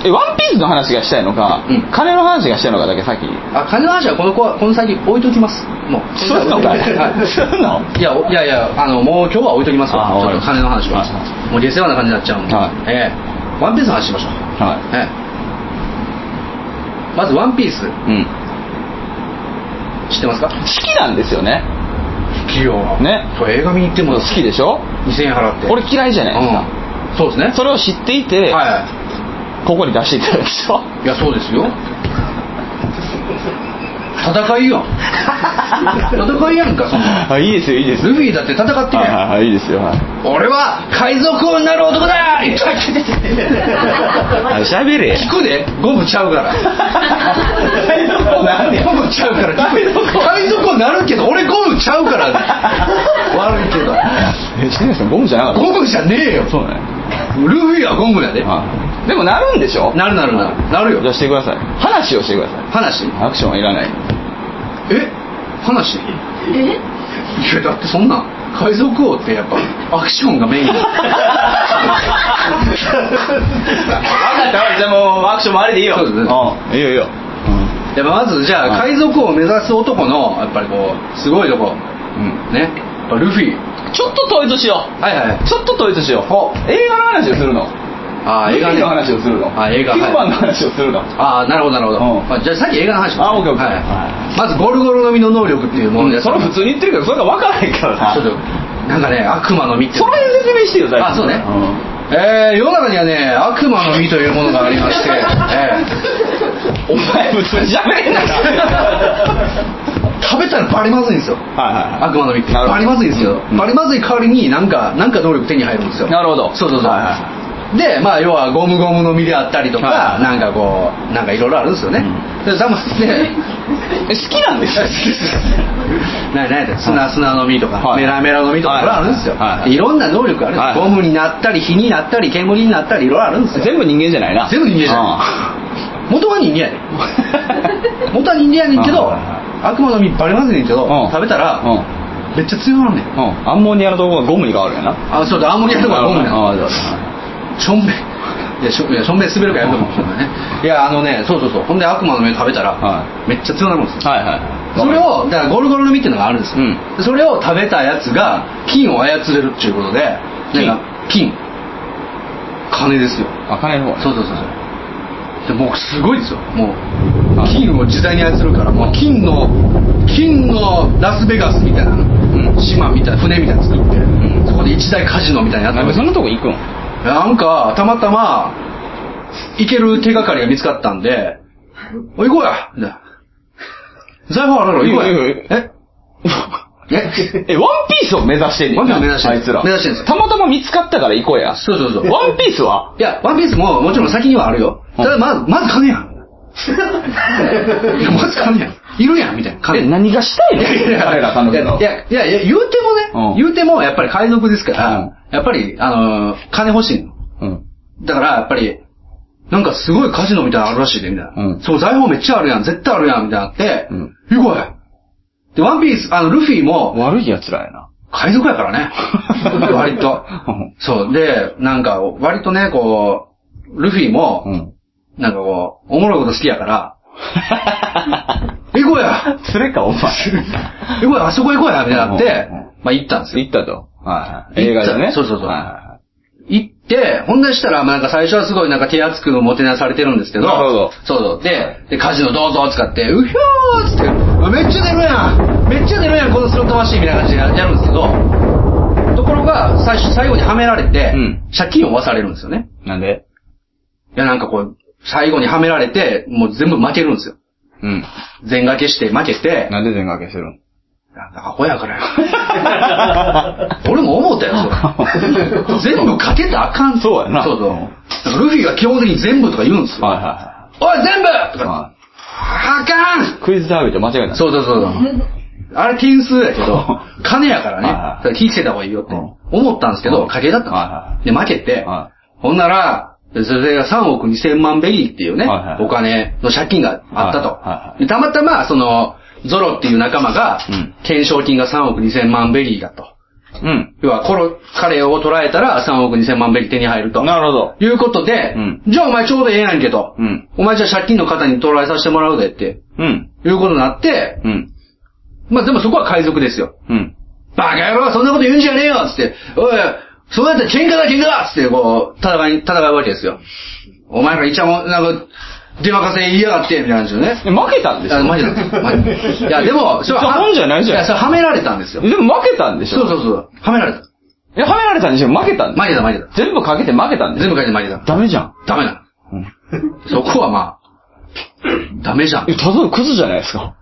えワンピースの話がしたいのか、うん金の話がしたいのかだけ先あ金の話はこの子はこの先置いときますもうすんのかいはいすんのいやおいやいやあのもう今日は置いときますわあちょっと金の話ははいはもう下世話な感じになっちゃうんで、はいええワンピースの話しましょう、はええまずワンピースい、うん、知ってますか好きなんですよね好きよねそう映画見に行っても好きでしょ2000円払って俺嫌いじゃないですか、うん、そうですねそれを知っていて、はここに出していただくでしょいいやそうですよ戦 いよ戦いやんかそんな あいいですよいいですルよフィだって戦ってるはいやんはいはいいいですよはい俺は海賊王になる男だいやあ喋れ聞くでゴムちゃうから海賊王なんでゴムちゃうから聞く海賊王になるけど俺ゴムちゃうから悪いけどえ知ってますゴムじゃなかっゴムじゃねえよたそうねルフィはゴムやではいでもなるんでしょなるなるなるなるよじゃあしてください話をしてください話アクションはいらないえ話えいやだってそんなん海賊王ってやっぱアクションがメイ ンだ分かったじゃあもうアクションもありでいいよそうですねんいいよいいよやっぱまずじゃあはい海賊王を目指す男のやっぱりこうすごいとこうんねやっぱルフィちょっと統一しよはいはいうちょっと統一しよう映画の話をするのあー映画ルねフィの話をするのあ映画キューバはいの話をするのああなるほどなるほど、うんまあ、じゃあさっき映画の話しますあオッケーオッケーはいはまずゴルゴルの実の能力っていうもので、それ普通に言ってるけどそれが分からへんからなちょっとなんかね悪魔の実っていうそのれで説明してよ最初あそうねんえー、世の中にはね悪魔の実というものがありまして、えお前普通に喋れんな ー食べたらバリまずいんですよはいはいはい悪魔の実ってなるほどバリまずいんですよ、うんバリまずい代わりになんかなんか能力手に入るんですよなるほどそうそうそう、はいはいはでまあ要はゴムゴムの実であったりとか、はいなんかこうなんかいろいろあるんですよね、でざまでえ好きなん ですよななんや砂砂の実とか、はいメラメラの実とかはいいろいろあるんですよ、はいいはいろんな能力があるんです、はいゴムになったり火になったり煙になったりいろいろあるんですよ全部人間じゃないな全部人間じゃない元は人間や で元は人間やねんけどはいはいは悪魔の実バレませんねんけどうん食べたらうんめっちゃ強まるねんうんうんアンモニアのところがゴムに変わるんやなあそうだアンモニアとかゴムやああしょんべんいやしょいやしょんべん滑るからやると思うけどねいやあのねそうそうそうほんで悪魔の実食べたら、はめっちゃ強なるんですよはいはいそれをだからゴルゴルの実っていうのがあるんですよ、うんでそれを食べたやつが金を操れるっていうことでなんか金金ですよあ金の方ねそうそうそうそうでもうすごいですよもう金を自在に操るからもう金の金のラスベガスみたいな、島みたいな船みたいなの作って、んそこで一大カジノみたいなのなやんっでてそまんなとこ行くんすなんかたまたま行ける手がかりが見つかったんで「おい行こうや」みたいな財宝あるやろ行こいうやいやいやや」 えええワンピースを目指してんねんなワンピースを目指してんあねんいつら目指してんねんたまたま見つかったから行こう やそうそうそうワンピースはいや、ワンピースももちろん先にはあるよ。うん ただまず、まず金やん。いや、マジかんやん。いるやん、みたいな。え、何がしたいの彼ら彼いや女のい。や、いや、いや言うてもね、うん言うても、やっぱり海賊ですから、うんやっぱり、あのー金欲しいの。うん。だから、やっぱり、なんかすごいカジノみたいなのあるらしいで、みたいな。うんそう、財宝めっちゃあるやん、絶対あるやん、みたいなって、うんいやこれで、ワンピース、あの、ルフィも、悪い奴らやな。。海賊やからね 割と。そう、で、なんか、割とね、こう、ルフィも、うん。なんかこう、おもろいこと好きやから、行こうやそれか、お前。行こうやあそこ行こうやみたいになっうてんうんうん、まあ行ったんですよ。 行ったと。はい。行映った画でね。そうそうそうはいは行って、ほんでしたら、まあなんか最初はすごいなんか手厚くもてなされてるんですけど、なるほどそうそう。で、で、カジノどうぞ使って、うひょーっつって、あめっちゃ出るやんめっちゃ出るやん、このスロットマシンみたいな感じでやるんですけど、ところが、最初、最後にはめられて、うん借金を負わされるんですよね。いなんでいや、なんかこう、最後にはめられて、もう全部負けるんですよ。うん。全掛けして負けて、なんで全掛けしてるのなんかアホやからよ。俺も思ったよ、それ。全部かけたらあかんそうやなそうそう。うんなんかルフィが基本的に全部とか言うんですよ。はいはおい、全部といはいか、はあかんい。クイズダービーと間違えたそうそうそうそう。あれ点数やけど、金やからね、はだいはいから気ぃつけた方がいいよってう思ったんですけうど、ん賭けだったはんですよ。で、負けては、ほんなら、それが3億2000万ベリーっていうねはいはい、お金の借金があったはいはいはと。でたまたま、その、ゾロっていう仲間がうん、懸賞金が3億2000万ベリーだと。うん。要は、この彼を捉えたら3億2000万ベリー手に入ると。なるほど。いうことでうん、じゃあお前ちょうどええやんけとう。ん。お前じゃあ借金の方に捉えさせてもらうでって、うん。いうことになって、うん。まあでもそこは海賊ですよ。うん。バカ野郎そんなこと言うんじゃねえよつって、おい、そうやって喧嘩だ喧嘩だつってこう、戦い、戦うわけですよ。お前らいちゃもん、なんか、出まかせ言いやがって、みたいなんですよね。え負けたんでしあょマジなんですよマジです。いや、で も、それそんなもんじゃないじゃんいや、それはめられたんですよ。でも負けたんでしそょうそうそう。はめられた。え、はめられたんでしょ負けたんでしょマジだ、マジだ。全部かけて負けたんでし全ょ部書いてマジだ。ダメじゃん。ダメだ。そこはまあ、ダメじゃ んえ、。ただのクズじゃないですか。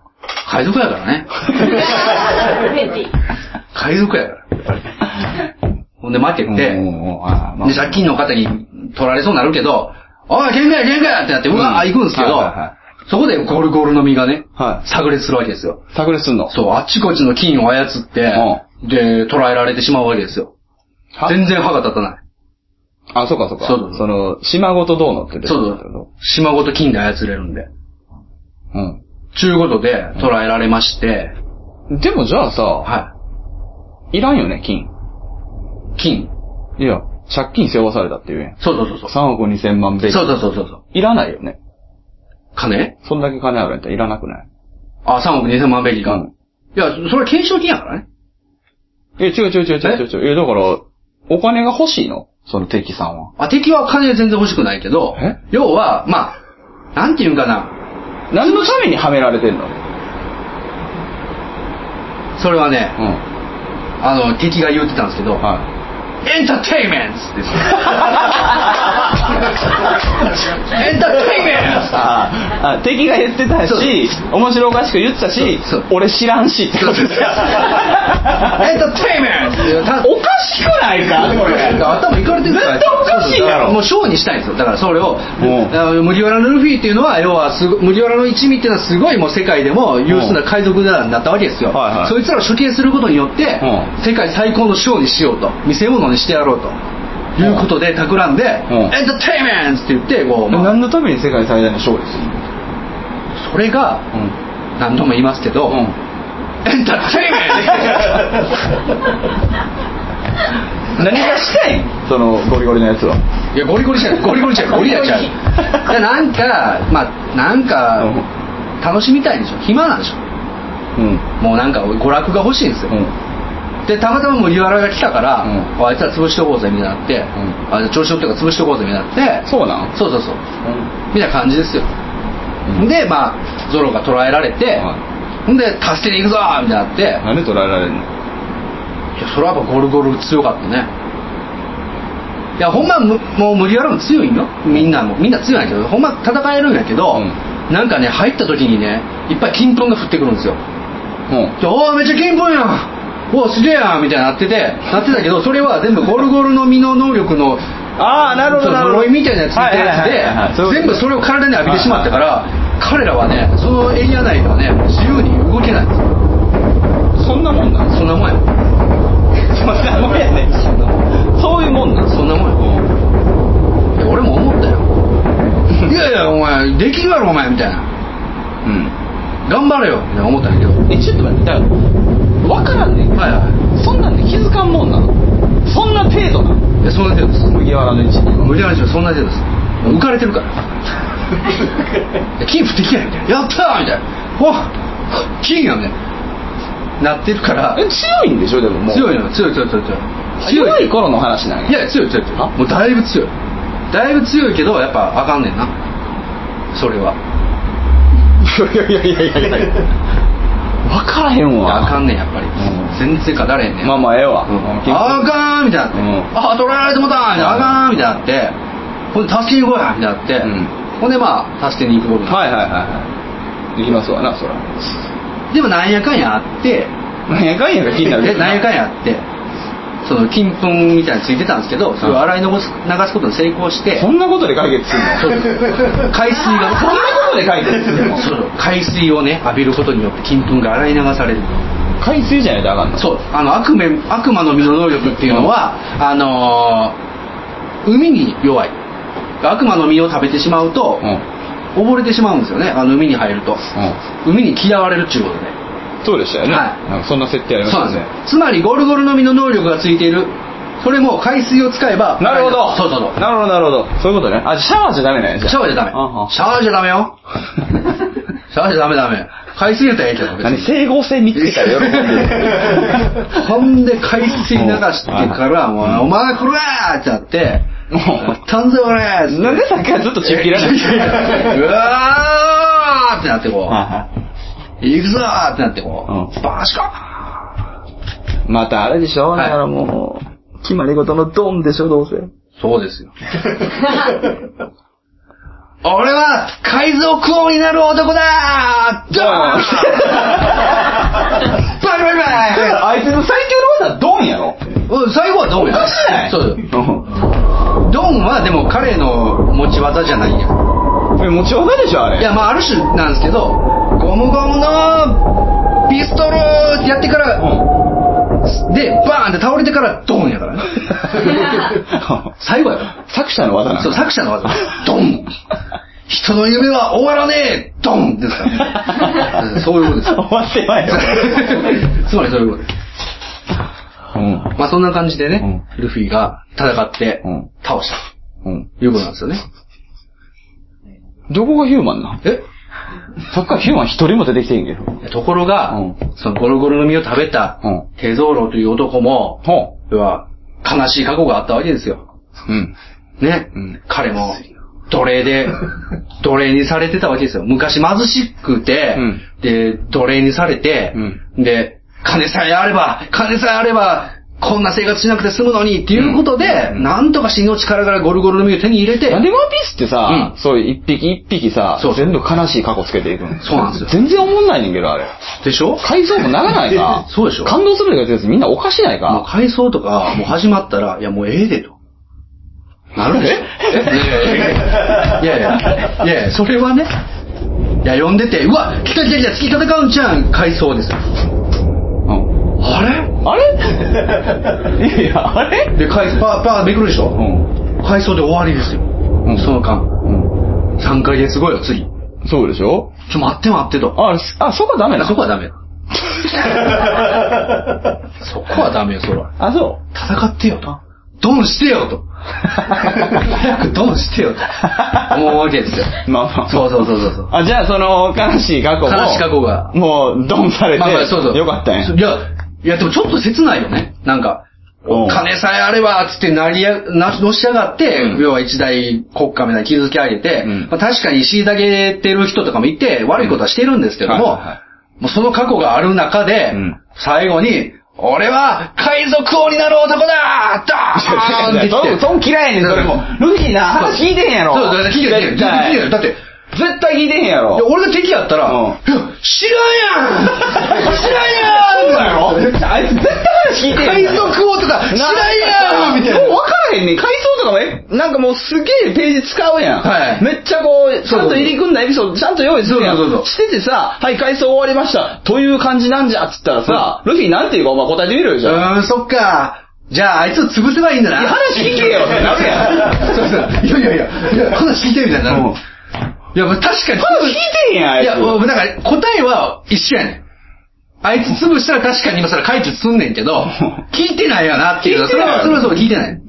海賊やからね。海賊やから。ほんで負けうんて、うんうんあーまあで、借金の方に取られそうになるけど、おい、喧嘩や喧嘩やってなって、うわー、うん行くんですけどはいはいはい、そこでゴルゴルの実がね、はい炸裂するわけですよ。炸裂すんの。そう、あっちこっちの金を操って、で、捕らえられてしまうわけですよ。は全然歯が立たない。あ、そうかそうか。そうそうそうその、島ごとどうのって出てそうくそるけうど。。島ごと金で操れるんで。うちゅうことで、捕らえられまして、ん。でもじゃあさ、はいらんよね、金。い。金。いや、借金背負わされたって言うやん。そうそうそうそう。 3億2千万ベリそうそうそうそうそう。いらないよね。金そんだけ金あるんやったらいらなくないあ、3億2000万ベリーが。うんいや、それは懸賞金やからね。え、違う違う違う違う違う。え、だから、お金が欲しいのその敵さんは。あ、敵は金全然欲しくないけどえ、要は、まあ、なんていうんかな。何のためにはめられてんのそれはねう、ん。あの、敵が言ってたんですけど、はエンターテインメントって 言ってたエンターテインメントああ、敵が言ってたそうし、面白おかしく言ってたしそうそう、俺知らんしって ことエンターテインメントって言ってたおかしくないかこれ。頭いかれてるから絶対おかしいやろもうショーにしたいんですよだからそれをうんあの麦わらのルフィっていうのは要はすご麦わらの一味っていうのはすごいもう世界でも有数な海賊団だったわけですよ、はいはいそいつらを処刑することによって、う世界最高のショーにしようと見せ物にしてやろうということで企んで、んエンターテインメントって言ってこう、まあ何のために世界最大の勝利するのそれが何度も言いますけど、うん。エンターテイン メント 何がしたいそのゴリゴリのやつは。いやゴリゴリじゃないゴリゴリじゃないゴリラちゃういやなんかまあなんか、楽しみたいんでしょ暇なんでしょうん。もうなんか娯楽が欲しいんですよ、うん。でたまたま麦わらが来たから、うあいつら潰しておこうぜみたいになって、んあ調子乗ってるから潰しておこうぜみたいになってそうなんそうそうそううみたいな感じですよ、うんでまあゾロが捕らえられて、はほんで助けに行くぞーみたいになって、い何で捉えられるのやそれはやっぱゴルゴル強かったねいやほんまむもう麦わらも強いんよみんなもみんな強いんやけどほんま戦えるんやけど、うなんかね入った時にねいっぱい金粉が降ってくるんですようん。でおーめっちゃ金本やんおーすげえやんみたいになっててなってたけどそれは全部ゴルゴルの身の能力のああ、なるほそど、うなるほど。呪いみたいなやつみたいなはいはいはいはいやつそうでい全うこ部それを体に浴びてしまったから彼らはねそのエリア内ではね自由に動けないんですよそんなもんなんそんなもんやそんなもんやねそんなもんそういうもんなんそんなもんよいや俺も思 ったよいやいやお前できるやろお前みたいなうん頑張れよみたいな思ったんやけどえちょっと待ってだから分からんねんはいはそんなんで気づかんもんなのそんな程度なのいいやそんな程度です麦わらの位置に無理な話はそんな程度です浮かれてるから いや金振ってきやみたいなやったーみたいなほわ金やみたいななってるからえ強いんでしょでももう強いの強い強い強い強い強い頃の話なんやいや強い強い強いあもうだいぶ強いだいぶ強いけどやっぱあかんねんなそれはいやいやいやいやいや分からへんわあかんねんやっぱり、全然勝たれへんねんまあまあええわ、うんあかんみたいになって、うんあ取られてもうたみたいなあかんみたいになってほんで助けに行こうやみたいになって、うんほんでまあ助けに行くことになっはいはいはいはいできますわなそらてでもなんやかんやあってなんやかんやが気になるでなんやかんやあってその金粉みたいについてたんですけどそれを洗い流す流すことに成功してそんなことで解決すそんうの海水がそんなことで解決すんのそう海水をね浴びることによって金粉が洗い流される海水じゃないとあかんのそうあの悪め悪魔の水の能力っていうのは、あのー海に弱い悪魔の実を食べてしまうと、うん、うん、溺れてしまうんですよねあの海に入ると、海に嫌われるっちゅうことでそうでしたよね、はいなんかそんな設定ありましそうなたんでねすよつまりゴルゴルの実の能力がついているそれも海水を使えばなるほどそうそうそうなるほどなるほどそういうことねあシャワーじゃダメなんやじゃあシャワーじゃダメあはシャワーじゃダメ よシャワーじゃダメダメ海水やったらええけど別に何整合性見つけたら喜ん でるほんで海水流してから、もう、お前これーってなって、もうやったんぜ俺ーって。なんでさっきからずっとチンピラなんですか うわーってなってこはう、行くぞーってなってこうう、バーシカいはいまたあれでしょ、はいだからもう決まり事のドンでしょどうせーそうですよ。俺は海賊王になる男だードーンバイバイバイあいつの最強の技はドンやろうん最後はドンや。おかしないそうようドンはでも彼の持ち技じゃないやん。んえ持ち技でしょあれいやまあある種なんですけどゴムゴムのピストルやってから、でバーンって倒れてからドンやからね 最後やから作者の技なのそう作者の技ドン人の夢は終わらねえドンですから、ね、そういうことです終わってないよつまりそういうことですうんまあそんな感じでね、ルフィが戦ってうん倒したうんということなんですよねどこがヒューマンなんえそっからヒューマン一人も出てきてへんけどところが、うんそのゴロゴロの実を食べたうんテゾーロという男も、ほ要は、悲しい過去があったわけですよ。ううんね。うん彼も、奴隷 で、奴隷にされてたわけですよ。昔貧しくて、うんで、奴隷にされて、で、金さえあれば、金さえあれば、こんな生活しなくて済むのに、っていうことで、なんとか死の力からゴルゴルの実を手に入れて、なんでワンピースってさ、うんそういう一匹一匹さそう、そう全部悲しい過去つけていくの。そうなんですよ全然思んないねんけど、あれ。でしょ。改造もならないかそうでしょ感動するのがやつみんなおかしないもうか。改装とか、もう始まった ら、いやもうええでと。なるでしょ。えいやいやいやいやいやいや、それはね。いや、読んでて、うわ、来た来た来た、月戦うんちゃうん、改装ですよ。うんあれあれ いや、あれで、改装、パー、パー、めくるでしょ。うん。改装で終わりですよ。んその間。3ヶ月後よ、次。ちそうでしょょ、待って待ってと。あ、あ、そこはダメなそこはだ。ダメだ。そこはダメよ、それは。あ、そ戦ってよと。ドンしてよと。早くドンしてよと。思うわけですよ。う。まあまあ。そうそうそうそうそう。あ、じゃあ、その、悲しい過去も。悲しい過去がもう、ドンされて。まあまあ、そうそう。よかったんやい。や、いや、でもちょっと切ないよね。なんか、うん金さえあれば、つってなりや、な、のし上がって、うん要は一大国家みたいに築き上げて、うんまあ、確かに虐げてる人とかもいて、悪いことはしてるんですけどうん もはいはいは、もうその過去がある中で、うん最後に、俺は海賊王になる男 だダーンって言って。そん嫌いやねん、それも。ルフィな、話聞いてへんやろ。そう、だから聞いてる聞いてる絶聞対いてるだって、絶対聞いてへんやろいや。俺が敵やったら、うんいや知らんやん知 らんやんあいつ絶対話聞いてへん海賊王とか知らんやんみたいな。もう分からへんねん。海とかもえ、なんかもうすげえページ使うやん。はいめっちゃこう、ちそうゃそんうと入り組んだエピソードちゃんと用意するやん。そうそうそうしててさ、はい、回想終わりました。という感じなんじゃっつったらさ、ルフィなんていうかお前答えてみろよ、じうゃあ。ーん、そっか。じゃあ、あいつを潰せばいいんだな。いや話聞けよってなるや んそうそう。いやいやいや、話聞いてみたいになる。いや、まあ確かに。話聞いてんやんあいついや、もうなんか答えは一緒やねん。あいつ潰したら確かに今更解決すんねんけ ど、聞いてないよなっていうのは、そ聞いてれないは、それはそう聞いてない。聞いて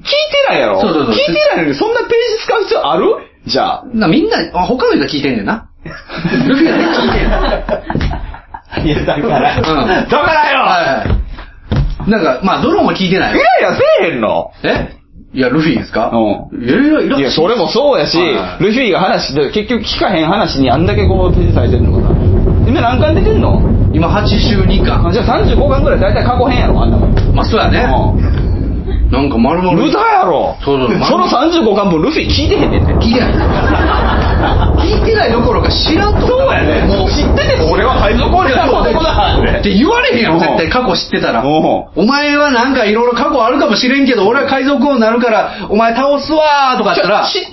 ないやろそうそうそう聞いてないのにそんなページ使う必要あるじゃあ。なみんな、あ他の人は聞いてんねんな。ルフィはね聞いてんねん。い や、だからうんだからよ、はいはい。なんか、まあ、ドローも聞いてないイよ。ライラせえへんのえいや、ルフィですか。うんいやいや、いや、いや、それもそうやし、はいルフィが話して、結局聞かへん話にあんだけこう、提示されてんのかな。今何巻出てんの今82あ巻。じゃあ35巻ぐらい大体過去編やろ、あんなもん。まあ、そうやね。うなんか丸々。ん無駄やろ。そうそうその35巻分ルフィ聞いてへんねんて。聞いてない。聞いてないどころか知らんとそうやねもう知ってて、俺は海賊王になる男だっ。て言われへんやうんろ、絶対過去知ってたら。うんお前はなんかいろいろ過去あるかもしれんけど、俺は海賊王になるから、お前倒すわーとかち言ったらょ、知ってる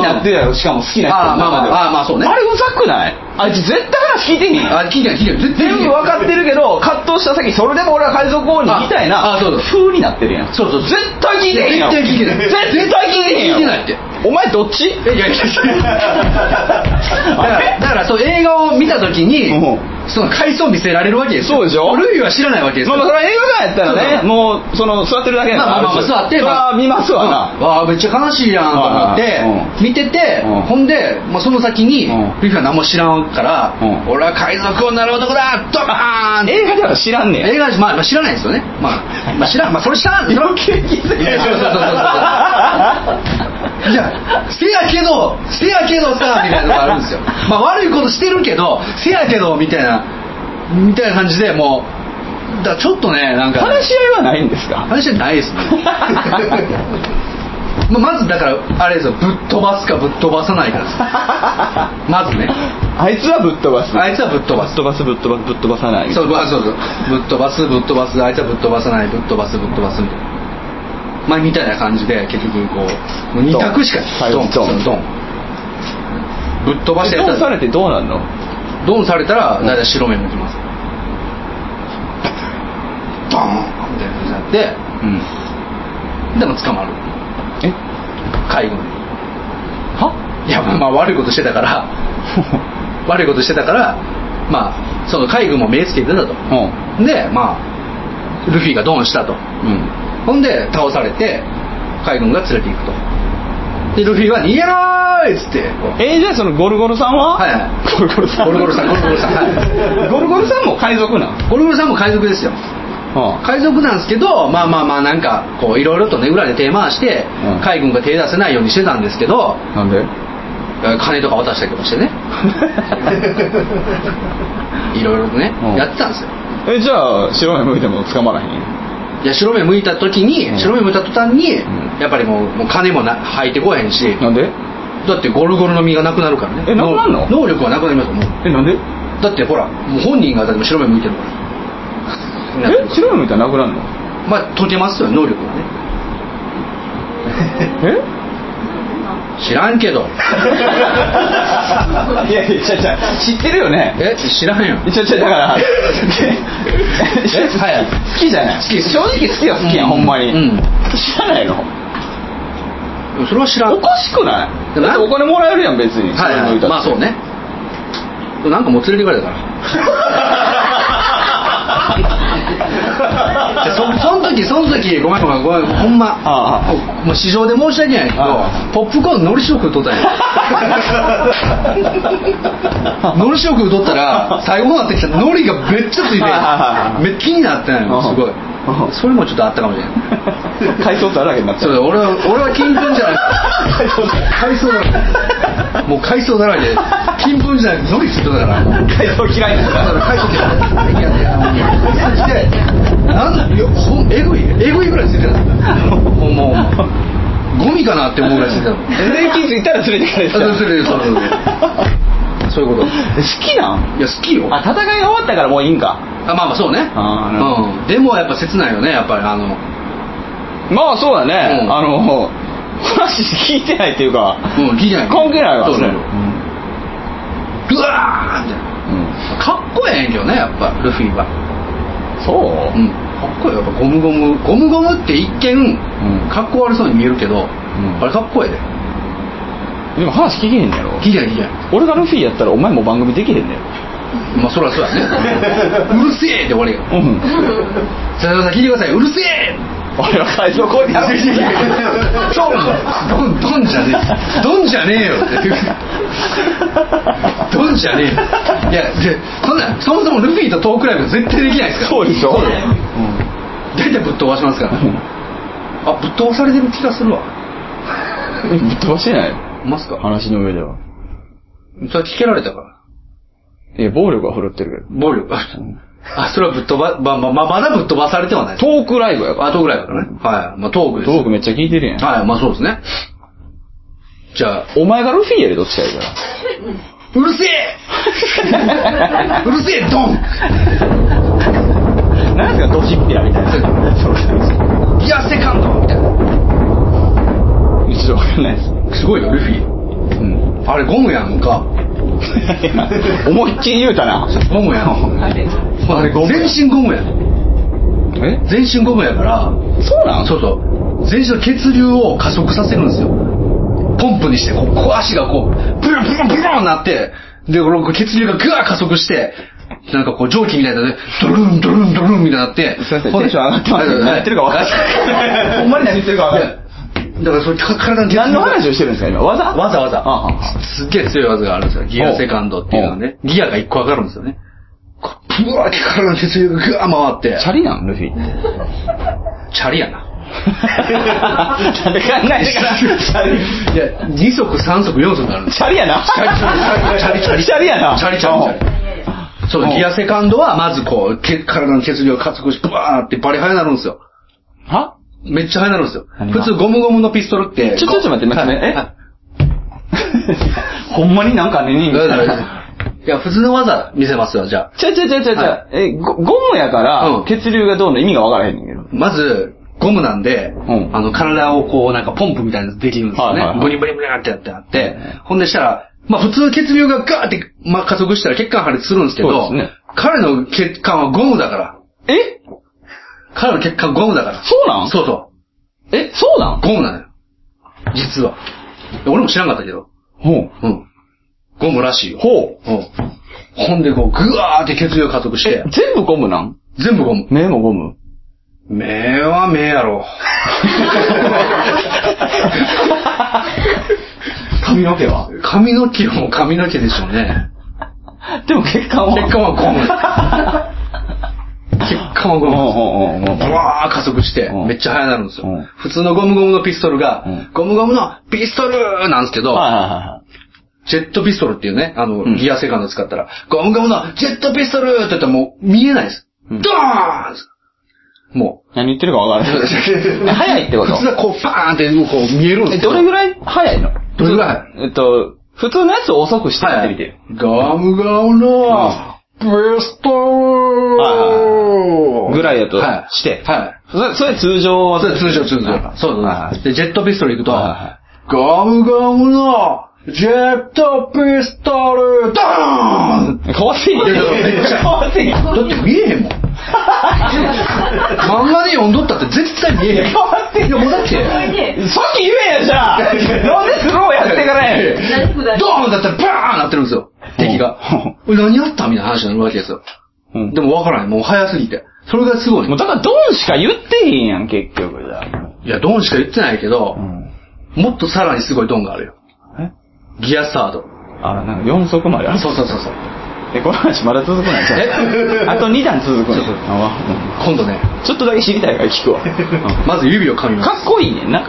風になってたよ、しかも好きな人ああ、まあまあまあ、ああまあそうね。あれうざくないあいつ絶対話聞いてへんやん。あ、聞いてない、聞いてない。絶対全部分かってるけ ど、葛藤した先、それでも俺は海賊王にみたいな、ああそうそう風になってるやん。そうそう絶対聞いてへんやん。絶対聞いてない絶対聞いてへんやん。聞いてないってお前どっ ちえいやいやいやだから、だからそう、映画を見たときにうん、その回想見せられるわけですよそうでしょルフィは知らないわけですまよあまあ、それは映画館やったそうらそね、うもう、その、座ってるだけやからまあまあまある種座ってそれはまあ見ますわうな。んわあ、めっちゃ悲しいやんと思ってはいはい、見ててうん、ほんで、もうその先にうん、ルフィは何も知らんからうん、俺は海賊王になる男だドカーン映画では知らんねん。映画、まあまあ知らないですよね。まあ、まあ知らん、まあそれ知らん。余計気づいてそうそうそう そう。いや、せやけど、せやけどさ、みたいなのがあるんですよ。まあ悪いことしてるけど、せやけど、みたいな、みたいな感じでもう、だからちょっとね、なんか、話し合いはないんですか話じゃない ですねまあまずだからあれですよぶっ飛ばすかぶっ飛ばさないかですまずねあいつはぶっ飛ばす。あいつはぶっ飛ばぶっす飛ばす、ぶっ飛ばす、ぶっ飛ばさない。そうあそうそうぶっ飛ばすぶっ飛ばすあいつはぶっ飛ばさないぶっ飛ばすぶっ飛ばすみたいなまあみたいな感じで結局こうもう二択しかないドンドンドンぶっ飛ばしてどうされてどうなんのドンされたら大体白目向きますドーンみたいな感じになってでうん。も捕まるえ海軍にはいやまあまあ悪いことしてたから 悪いことしてたからまあその海軍も目つけてたとうでまあルフィがドンしたとん。うん。ほんで倒されて海軍が連れていくとでルフィは「逃げろーい!」っつってこうえー、じゃあそのゴルゴルさんははいはいゴルゴルさん。ゴルゴルさんゴルゴルさんはいゴルゴルさんも海賊なん。ゴルゴルさんも海賊ですよは海賊なんですけどまあまあまあなんかこういろいろとね裏で手回してうん海軍が手出せないようにしてたんですけどあ、なんで金とか渡したりとかして ねいろいろとねうんやってたんですよえ、じゃあ、白目向いても捕まらへん。いや白目向いた時に、うん白目向いた途端に、んやっぱりもうもう金もな入ってこへんし、なんでだってゴルゴルの実がなくなるからねえなくなるの能能力はなくなりますよもうえ、なんでだってほらもう本人がだって白目向いてるからえ、白目向いたらなくなるのまあ解けますよ能力はねえ知らんけどいやいや、ちゃちゃ、知ってるよね。え知らんよちょちょだから、はい好きじゃない好き正直好きは好きやん、うんほんまに、うん知らないのそれは知らんおかしくないでもだってお金もらえるやん別にはい白目はい向たってまあそうねなんかもう連れてかれたからそその時その時ごめんごめんごめんほんまああもう市場で申し訳ないけああどポップコーンのり塩食うとったん やのり塩食うとったら最後のなってきたのりがめっちゃついてはいはいはいめっ気になってんあのあすごいああそれもちょっとあったかもしれない海藻だらけになっちそゃううだ俺は俺は金粉じゃない海藻だらけもう海藻だらけで金粉じゃなくてのりついてたから 海藻嫌いなんだからだ海藻ってマジでなんいやほんえぐいえぐいぐらいつ いてたほんまほんまゴミかなって思うぐらいついてた もん税金ついたら連れてかれてたあそう連れてそうそうそういうこと好きなんいや好きよああ戦いが終わったからもういいんかまあまあそうねあーなるほうんでもやっぱ切ないよねやっぱりあのまあそうだね、うんあの話聞いてないっていうか、うん聞いてない関係ないわそうそうれうわーみたいうんなかっこええんやけどねやっぱルフィはそううんかっこええよやっぱゴムゴムゴムゴムって一見んかっこ悪そうに見えるけど、んあれかっこええででも話聞けへんねやろ聞いてない聞いてない俺がルフィやったらお前も番組できへんねやまあそりゃそう やねうるせえって終わりやろうんさださん聞いてくださいうるせえ俺は会場来いやドンドンじゃねえドンじゃねえよってドンじ ゃねえよいやでそんなそもそもルフィとトークライブ絶対できないですからそうでしょだよ大体ぶっ飛ばしますからあぶっ飛ばされてる気がするわぶっ飛ばしてないますか話の上ではそれ聞けられたからいや暴力は振るってる暴力あそれはぶっ飛ばままままだぶっ飛ばされてはないけどトークライブやからあトークライブだからねはいまあトークですトークめっちゃ聞いてるやんはいまあそうですねじゃあお前がルフィやでどっちかやからうるせえうるせえドン何ですかドシッピアみたいなギアセカンドみたいな一度わかんないですすごいよルフィうんあれゴムやんか 思いっきり言うたなゴムや んあれゴム全身ゴムやんえ全身ゴムやからそうなんそうそう全身の血流を加速させるんですよポンプにしてこうこう足がこうプルンプルンプルンなってでこの血流がグワー加速してなんかこう蒸気みたいなねドルンドルンドルンみたいになってすいませんテンション上がってますはいはい何言ってるか分からないほんまに何言ってるか分からいないやだからそれか体の血流が何の話をしてるんですか今技わざわざああすっげえ強い技があるんですよ。ギアセカンドっていうのはね。ギアが一個上がるんですよね。こうブワーって体の血流がぐわー回って。チャリなんルフィって チャリやな。なんで考えてからチャリいや、二足、三足、四足になるんですチャリやなチャリチャリチャリやなチャリチャリチャリリ。そうう、んギアセカンドはまずこう、け体の血流が加速して、ブワーってバリ速になるんですよ。は めっちゃ速になるんですよ。何が普通ゴムゴムのピストルって。ちょちょちょ待って待ってはいえはいほんまになんかねねみたいな。いや、普通の技見せますよ、じゃあ。ちゃちゃちゃちゃちはゃ、え、ゴゴムやかうらん、血流がどうの意味がわからへんねんけど。まず、ゴムなんで、んあの、体をこう、なんかポンプみたいなのできるんですよね。はいはいはいブリブリブリってやってあって、ほんでしたら、まあ普通血流がガーって、まあ、加速したら血管破裂するんですけど、そうですね彼の血管はゴムだから。え彼の血管はゴムだから。そうなんそうそえ、そうなんう。ゴムなのよ。実は。いや俺も知らんかったけど。ほう。うん。ゴムらしいよ。ほう。うん。ほんでこう、ぐわーって血流が加速してえ、、全部ゴムなん全部ゴム。目もゴム。目は目や ろ。髪の毛は髪の毛も髪の毛でしょうね。でも血管は血管はゴ ム。血管はゴム。うんうんうんうんブワー加速してう、んめっちゃ速なるんですようん。普通のゴムゴムのピストルがうん、ゴムゴムのピストルなんですけど、はいはいはいはい。ジェットピストルっていうね、あのん、ギアセカンド使ったら、ゴムゴムのジェットピストルって言ったらもう見えないです。ドーンもう。何言ってるかわからない。早いってこと普通はこう、バーンってこう 見えるんですえ、けどれぐらい早いのどれぐらいえっと、普通のやつを遅くしてやってみてよ。ガムガムの、ピストルぐらいやとはいしてはい。それ、それ通常はそれ通常通常。そうそうはいはいで、ジェットピストル行くとはいは、ガムガムの、ジェットピストル、ドーン変わってんやん。いやいやめっちゃ変わってんやん。だって見えへんもん。漫画で読んどったって絶対見えへん。変わっていや、もうだって、それで、さっき言えやじゃあなんでスローやってからやねん大福だドーンだったらバーンなってるんですよ。敵が。おい何やったみたいな話になるわけですよ。うんでもわからない。もう早すぎて。それがすごいもう。だからドンしか言ってへんやん、結局じゃあ。いや、ドンしか言ってないけど、んもっとさらにすごいドンがあるよ。えギアスタート。あ、なんか4足まである。そうそうそうそう。え、この話まだ続くないじゃん。あと2段続くねそうそうあ今度ね、うんちょっとだけ知りたいから聞くわ。うんまず指を噛みます。かっこいいねんな。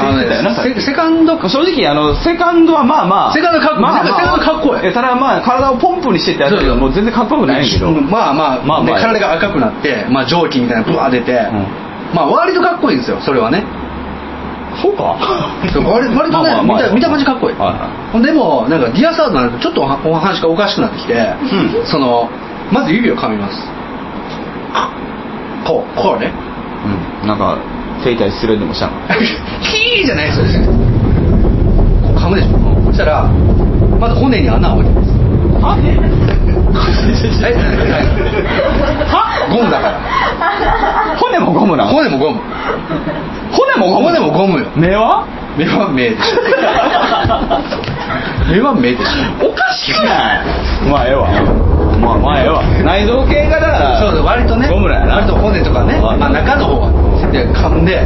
あの言ってたよなさっね、セきセカンド、正直、あの、セカンドはまあまあ。セカンドかっこまあまあセカンドかっこえええただまあ、体をポンプにしてってやつだけそうど、そうもう全然かっこよくないんやけど。うんまあまあ、まあまあで体が赤くなって、まあ蒸気みたいなのブワー出て、まあ割とかっこいいんですよ、それは ね。そうか。そう 割割とね、まあまあまあ見た見た感じかっこいい。はいはでも、なんかギアサードになるとちょっとおお話がおかしくなってきて、その、まず指を噛みます。こう、こうね。うん。なんか、手痛いするんでも したのキーじゃないですよねこう噛むでしょそしたらまず骨に穴を開けますはえはゴムだから骨もゴムなの骨もゴム骨もゴム骨もゴムよ目は目は目でしょ目は目でしょおかしくないまあええわまあまあええわ内臓系がだからそうそう割とねゴムなんやな割と骨とかね、あまあ、中の方はで噛んでで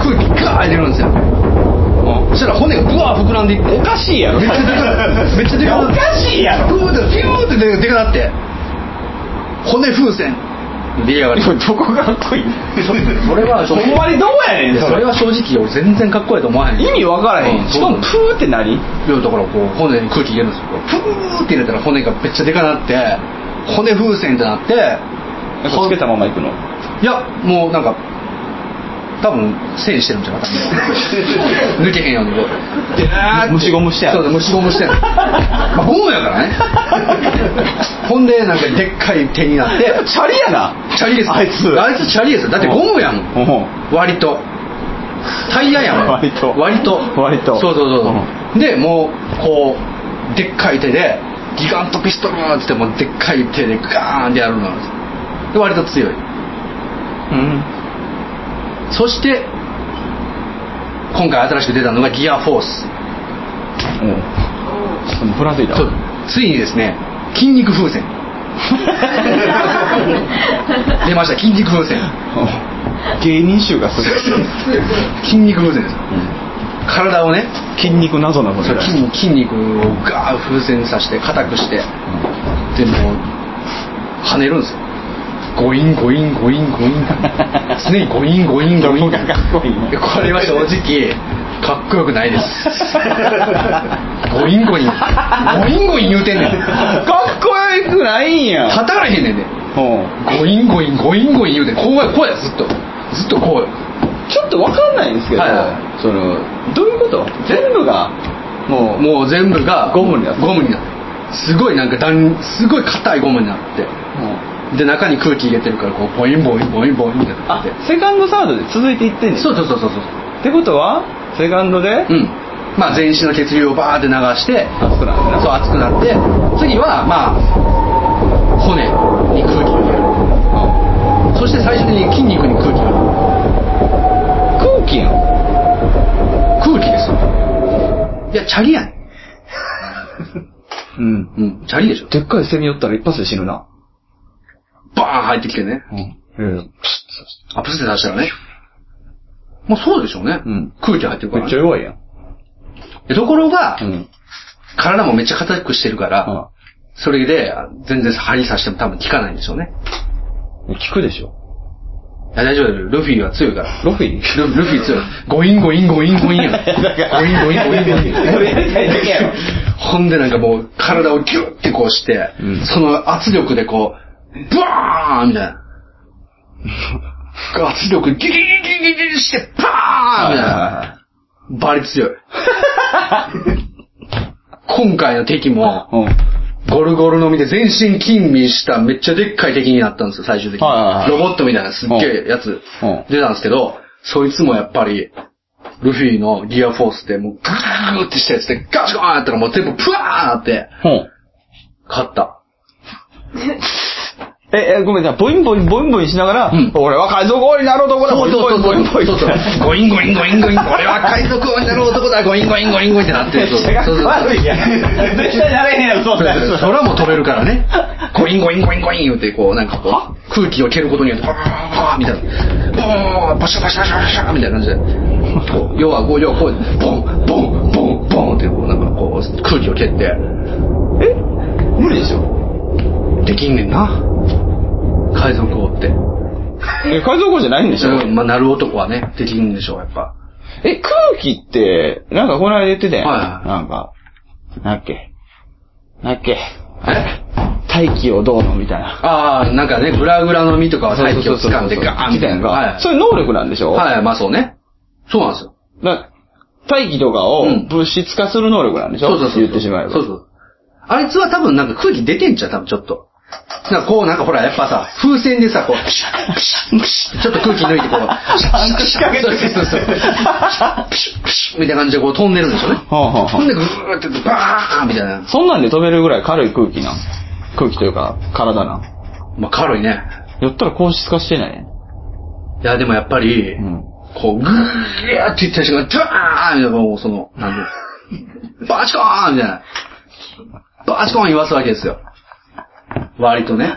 空気ガー入れるんですよ、うん、そしたら骨がブワー膨らんでいっておかしいやろめっちゃでか めっちゃでかおかしいやろブ ーってピューってでかなって骨風船出来上がりどこがかっこいいそれはほんまにどうやねんそれは正直俺全然かっこいいと思わへん意味わからへんしかもプーって何いやだからこう骨に空気入れるんですよふーって入れたら骨がめっちゃでかなって骨風船ってなってなんかつけたまま行くのいやもうなんか多分整理してるんじゃな かった抜けへんようにこうでな虫ゴムしてやそるうそう虫ゴムしてんの、 まあ、ゴムやからね ほんでなんかでっかい手になってチャリやなチャリですあいつあいつチャリですよだってゴムやもんうんうん割とタイヤやもん割と割と割とそうそうそうそう、うでもうこうでっかい手でギガントピストルーっつってもうでっかい手でガーンってやるのなんですよで割と強いそして今回新しく出たのがギアフォースうんちょっともうふらついたそうついにですね筋肉風 船出ました筋肉風船うん芸人集がする筋肉風船です体をね筋肉謎なこそとうだ筋筋肉をガーッ風船さして硬くしてでもう跳ねるんですよゴインゴインゴインゴイン常にゴインゴインゴイン どこがかっこいいのでこれは正直かっこよくないですゴインゴインゴインゴイン言うてんねんかっこよくないんや叩かれへんねんでうんゴインゴインゴインゴイン言うてんこうやこうやずっとずっとこうよちょっとわかんないんですけど、はいはそのどういうこと全部がもうもうもう全部がゴムになってゴムになってすごいなんか弾すごい硬いゴムになってで中に空気入れてるからこうボインボインボインボインってなっあてセカンドサードで続いていってんねんそうそうそうそうそうってことはセカンドで、うんまあ全身の血流をバーって流して熱くなるそう熱くなって次はまあ骨に空気を入れる、そして最終的に筋肉に空気を入れる空気やん空気ですよいやチャリやねうんんうんチャリでしょでっかいセミ寄ったら一発で死ぬなバーン入ってきてねうんうんアップスで出したらねまあそうでしょうね、うん空気入ってるかめら、っちゃ弱いやんでところが、うん体もめっちゃ硬くしてるから、あそれで、全然針刺しても多分効かないんでしょうね。聞くでしょいや、大丈夫だよ。ルフィは強いから。ロフィールルフィ強い。ゴインゴインゴインゴインや ん。ゴインゴインゴインゴイン。それやりたいだけやろほんでなんかもう、体をギュッてこうして、うんその圧力でこう、ブワーンみたいな。圧力ギリギリギリギリギリして、パーンみたいな。バリ強い。今回の敵も、うんゴルゴルのみで全身筋身しためっちゃでっかい敵になったんですよ、最終的に。はいはいはいロボットみたいなすっげえやつうん出たんですけど、そいつもやっぱり、ルフィのギアフォースでもうガーってしたやつでガチゴーンやったらもう全部プワーンってうん勝った。え、え、ごめんなさい、ボインボインボインボインしながら、ん俺は海賊王になる男だ、ボインボインボインボイン。そうそうそうゴインゴインゴインゴイン、俺は海賊王になる男だ、ゴインゴインゴインゴインってなってめ っる。そうちそうそゃう悪いやん。絶対なれへんや ろ、そんなそうそう空やも飛べるからね。ゴインゴインゴインゴイン言うて、こう、なんかこう、空気を蹴ることによって、バーバーみたいな。ボーンバシャバシャバシャバシャみたいな感じで。こう要はこう、要はこう、ボン、ボン、ボン、ボンってこう、なんかこう、空気を蹴って、つ。無理でしょ。できんねんな。海賊王って。え、海賊王じゃないんでしょ。うんまあ、なる男はね、できんでしょう、やっぱ。え、空気って、なんかこの間言ってたやん。はいはいなんか、なんだっけ。なんだっけ。え大気をどうのみたいな。ああ、なんかね、グラグラの実とかは大気を掴んでガーンみみたたいいな。な。はそういう能力なんでしい。ょい。はい、まあそうね。そうなんですよ。だ大気とかをうん物質化する能力なんでしょそうそうそうそう。言ってしまえば。そうそう。あいつは多分なんか空気出てんちゃう多分ちょっと。なんかこうなんかほらやっぱさ風船でさこうプシュップシュップシュッちょっと空気抜いてこうちゃんと仕掛けてそうそうそうプシュップシュッみたいな感じでこう飛んでるんでしょうねはあはあほんでグーってバーンみたいなそんなんで飛べるぐらい軽い空気なん空気というか、体なんまあ軽いねやったら硬質化してないいやでもやっぱり、 んこうグーっていった瞬間ドワーンみたいなもうそのなんでバチコーンみたいなバチコーン言わすわけですよ割とね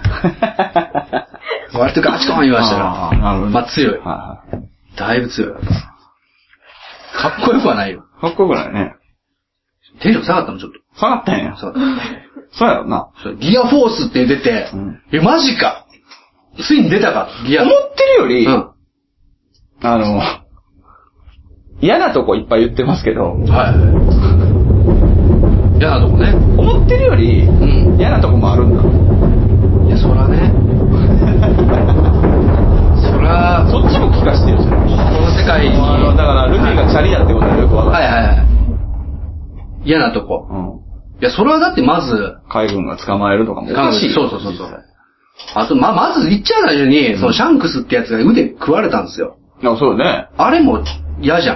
割とガチコーン言わしたらあーなるほどまあ強いはだいぶ強い。かっこよくはないよ。いはい。かっこよくないね。テンション下がったもん、ちょっと。下がったんや。下がっそうやろな。た。ギアフォースって出て、うんえ、マジかついに出たかギア。思ってるより、うん。あの、嫌なとこいっぱい言ってますけど、はい。嫌なとこね。思ってるよりん嫌なとこもあるんだ。いや、そらね。 そら、そっちも聞かしてよ、それ。この世界に。あの、だから、ルフィがチャリだってことはよくわかはいる。はいはい。嫌なとこ。うん。いや、それはだってまず、海軍が捕まえるとかもおかしい。そうそうそうそう。あと、ま、まず言っちゃう最初に、そのシャンクスってやつが腕食われたんですよ。いや、そうね。あれも嫌じゃ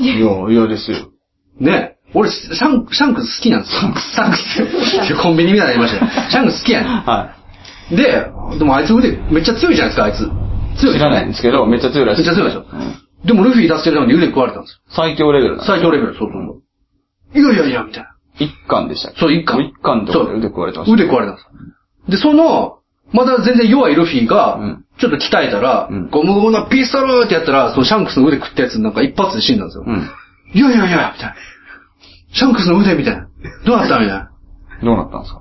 ん。いや、嫌ですよ。ねえ。俺、シャンク、シャンクス好きなんですよ。シャンクス。いやコンビニみたいになりましたよ。シャンクス好きやねはん。で、でもあいつ腕めっちゃ強いじゃないですか、あいつ。強い。い知らないんですけど、めっちゃ強いらしめい。っちゃ強いでしょうんでもルフィ出してるために腕食われたんですよ。最強レベルだね。最強レベル、そうそうそう。いやいやいや、みたいな。一巻でしたっけそう、一巻。一巻とかで腕食われてました。腕食われたんですよで、その、まだ全然弱いルフィがうん、ちょっと鍛えたらうん、こう、無言なピストルってやったら、そのシャンクスの腕食ったやつなんか一発で死んだんですよ。うん。いやいやいや、みたいな。シャンクスの腕みたいな。どうなったみたいな。どうなったんですか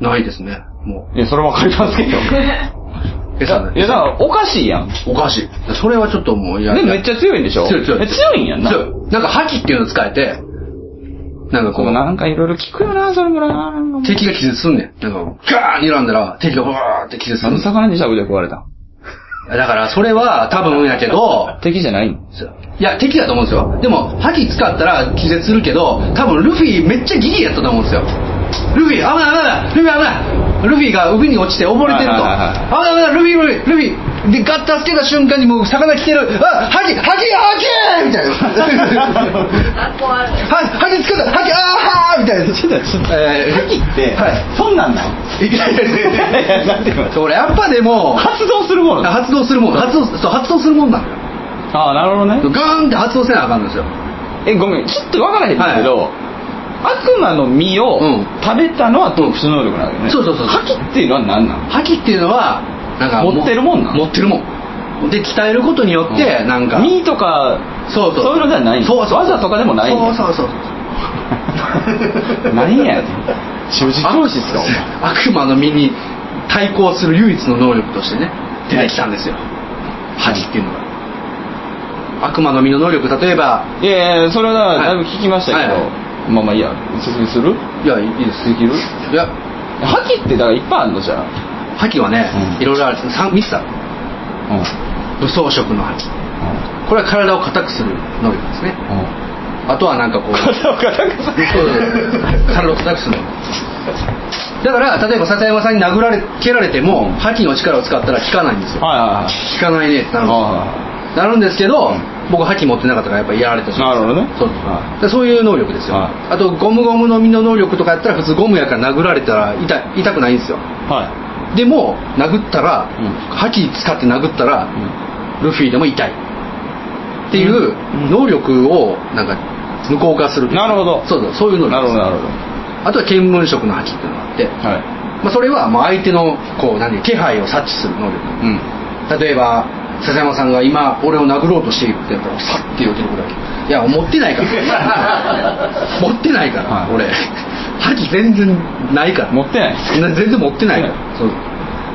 ないですね。も。いや、それはわかりますけど。いう餌や、いやだから、おかしいやん。おかしい。それはちょっともう、いや。で、めっちゃゃ強いんでしょ強い強い。え強いんやんな。強い。なんか、覇気っていうの使えて、なんかこそう、う、なんかいろいろ聞くよな、それぐらいな。なんか敵が気絶すんねん。なんか、ガーン睨んだら、敵がわーって気絶すあるの。魚にしゃぶで食われた。だから、それは多分やけど、敵じゃないのいや、敵だと思うんですよ。でも、覇気使ったら気絶するけど、多分ルフィめっちゃギリやったと思うんですよ。ルフィ、危ない危ない危ないルフィ危ないルフィが海に落ちて溺れてると。危はいはいない危ないルフィ、ルフィ、ルフィで、ガッと助けた瞬間にもう魚来てる。あ、覇気、覇気、覇気みたいな。あ、怖い。は覇気使った、覇気、あーみたいな。ちょっと、ちょっと、えー覇気って、はそんなんなんい。いやいやいやいやなんて言うのそれやっぱでも、発動するもの発動するもん、発動、そう、発動するもんなんだよ。ああ、なるほどね。ガーンって発動せなあかんんですよ。え、ごめん、ちょっとわからへんだけど、悪魔の実をうん食べたのは特殊能力なわけね。そうそうそう覇気っていうのは何なん覇気っていうのはなんか持ってるもんな持ってるもんで鍛えることによって、なんか実とか、そうそういうのではない。そうそう技とかでもない。そうそうそう 何や。正直教師っすか、お前。悪魔の身に対抗する唯一の能力としてね出てきたんですよ覇気っていうのが、悪魔の身の能力例えばいやいやそれはだいぶ聞きましたけど、はいはまあまあいいや説明するいやいいですできるいや覇気ってだからいっぱいあるのじゃあ覇気はね、うんいろいろある3つだうん武装色の覇気これは体を硬くする能力ですね うんうんあとはなんかこう肩を硬くするそう体を叩くするだから例えば笹山さんに殴られ蹴られても覇気の力を使ったら効かないんですよはいはいはい効かないねってなるんであすなるんですけど、僕覇気持ってなかったからやっぱやられてしまうんですよなるほどねはそうでそういう能力ですよ、はいあとゴムゴムの実の能力とかやったら普通ゴムやから殴られたら痛痛くないんですよあはでも殴ったら、うん覇気使って殴ったら、い、うんルフィでも痛いっていう能力をなんか無効化するなるほどそうそうそういう能力なるほどなるほどあとは見聞色の覇気っていうのがあって、はまあ、それはまあ相手のこう何気配を察知する能力いうん例えば笹山さんが今俺を殴ろうとしているってやったらさって避けることだけいや持ってないから 持ってないから、はい俺覇気全然ないから持ってないです全然持ってないから、そう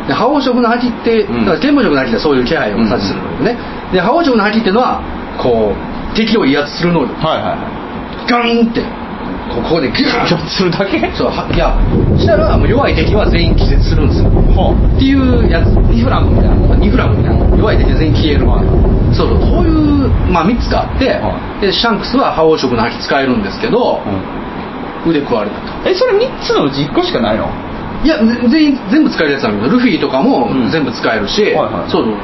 で覇王色の覇気って、うんだから天文色の覇気はそういう気配を察知する能力ね、で覇王色の覇気っていうのはこう敵を威圧する能力はいはガンってここでギューいッちょっとするだけそうはいやしたらもう弱い敵は全員気絶するんですよほうっていうやつニフラムみたいなニフラムみたいな弱い敵全員消えるそうそうこういう、まあ、3つがあって、はでシャンクスは覇王色の覇気使えるんですけど、うん腕食われたとえそれ3つのうち1個しかないのいやぜ全員全部使えるやつなんだけどルフィとかも全部使えるし、はいはいそうそうそうだか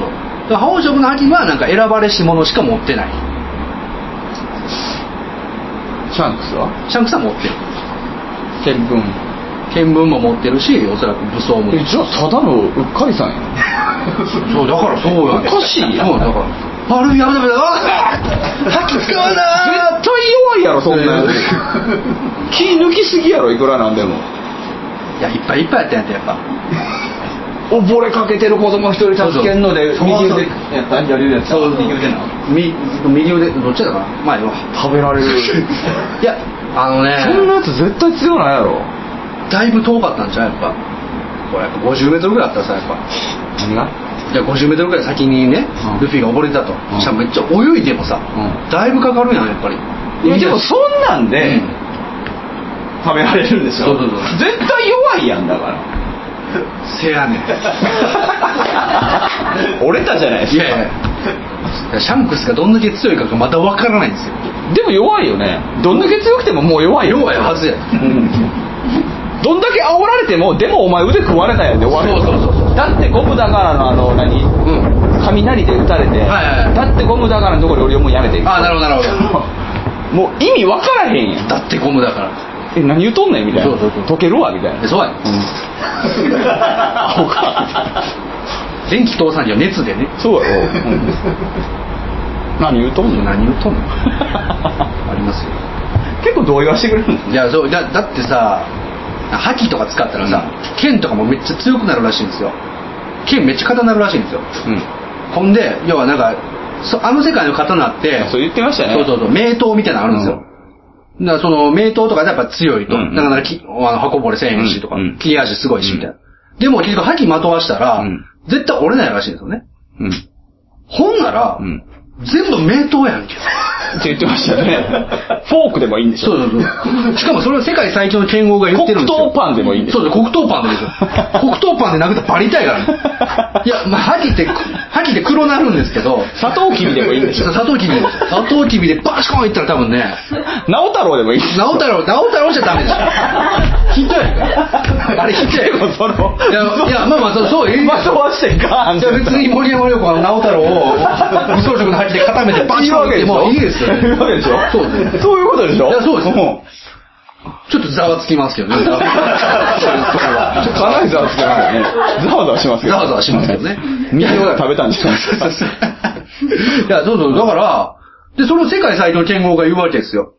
ら覇王色の秋はなんか選ばれし者しか持ってないシャンクスはシャンクスは持ってる見分見聞も持ってるしおそらく武装もえじゃあただのうっかりさんや そうだからそうやねおかしいやんそうだからあルフィやめためたさっき使うな絶対弱いやろそんなやつ気抜きすぎやろいくらなんでもいやいっぱいいっぱいやったんやったやっぱ溺れかけてる子供一人助けんのでそうそう右腕やった左腕やったそう右腕なみ右腕どっちだかなまあいいわ食べ られるいやあのねそんなやつ絶対強ないやろだいぶ遠かったんちゃうやっぱこれやっぱ50メートルぐらいあったさやっぱ何がじゃあ50メートルぐらい先にね、うんルフィが溺れてたと、うんじゃあめっちゃ泳いでもさ、うだいぶかかるやんやっぱりいやでもそんなんうでん食べられるんでしょそうそうそう絶対弱いやんだからせや ねん 折れたじゃないですいかやいやいやシャンクスがどんだけ強いかがまだわからないんですよでも弱いよねどんだけ強くてももう弱いよ弱いはずやうんどんだけ煽られてもでもお前腕食われたやんで終わるよそうそうそうだってゴムだからのあの何うん雷で打たれて、はいはいだってゴムだからのところで俺はもうやめてああなるほどなるほもう意味わからへんやんどだってゴムだからえ何言うとんねんみたいなそうそうそう溶けるわみたいなえそうや、 アホか電気通さんには熱でねそうやろ、うん何言うとんねん何言う とんのありますよ結構同意はしてくれるんだいやそうだだってさ覇気とか使ったらさ、剣とかもめっちゃ強くなるらしいんですよ剣めっちゃ硬なるらしいんですようんほんで要はなんかそあの世界の刀ってそう言ってましたね そうそうそう名刀みたいなのあるんですよ、だからその名刀とかやっぱ強いと、うんうんだからきあの箱ぼれせえへんしとか、うんうん切れ味すごいしみたいな、でも結局覇気まとわしたら、うん絶対折れないらしいんですよねうんほんなら、うん全部名刀やんけって言ってました ねフォークでもいいんでしそょうそう そう。しかもそれは世界最強の剣豪が言ってるんですよ。黒糖パンでもいいんですそうそう、黒糖パンでもいいですよ。黒糖パンでなくてバリ痛いからね。 いや、まあ、覇気って、覇気って黒なるんですけど、砂糖きびでもいいんでしょ砂糖きびで、砂糖きびでバシコンいったら多分ね、直太朗でもいいんでしょ直太 郎、直太郎じゃダメでしょ。ひどいから。あれひどい。でもそのいや、いやまあまあ、そう、そう、いいまとわしてガーンじゃ別に森山良子は直太 郎を無装飾の覇気で固めてバシいいコンわっけてでしもょういいですよ、いいわけでしょそうですねそういうことでしょいやそうですん ちょっとざわつきますけどね。ざわちょっとかなりざわつかないねざわざわしますよざわしますけどね。みんなが食べたんじ ゃ ないですかいや、そうそう、だから、で、その世界最強の剣豪が言うわけですよ。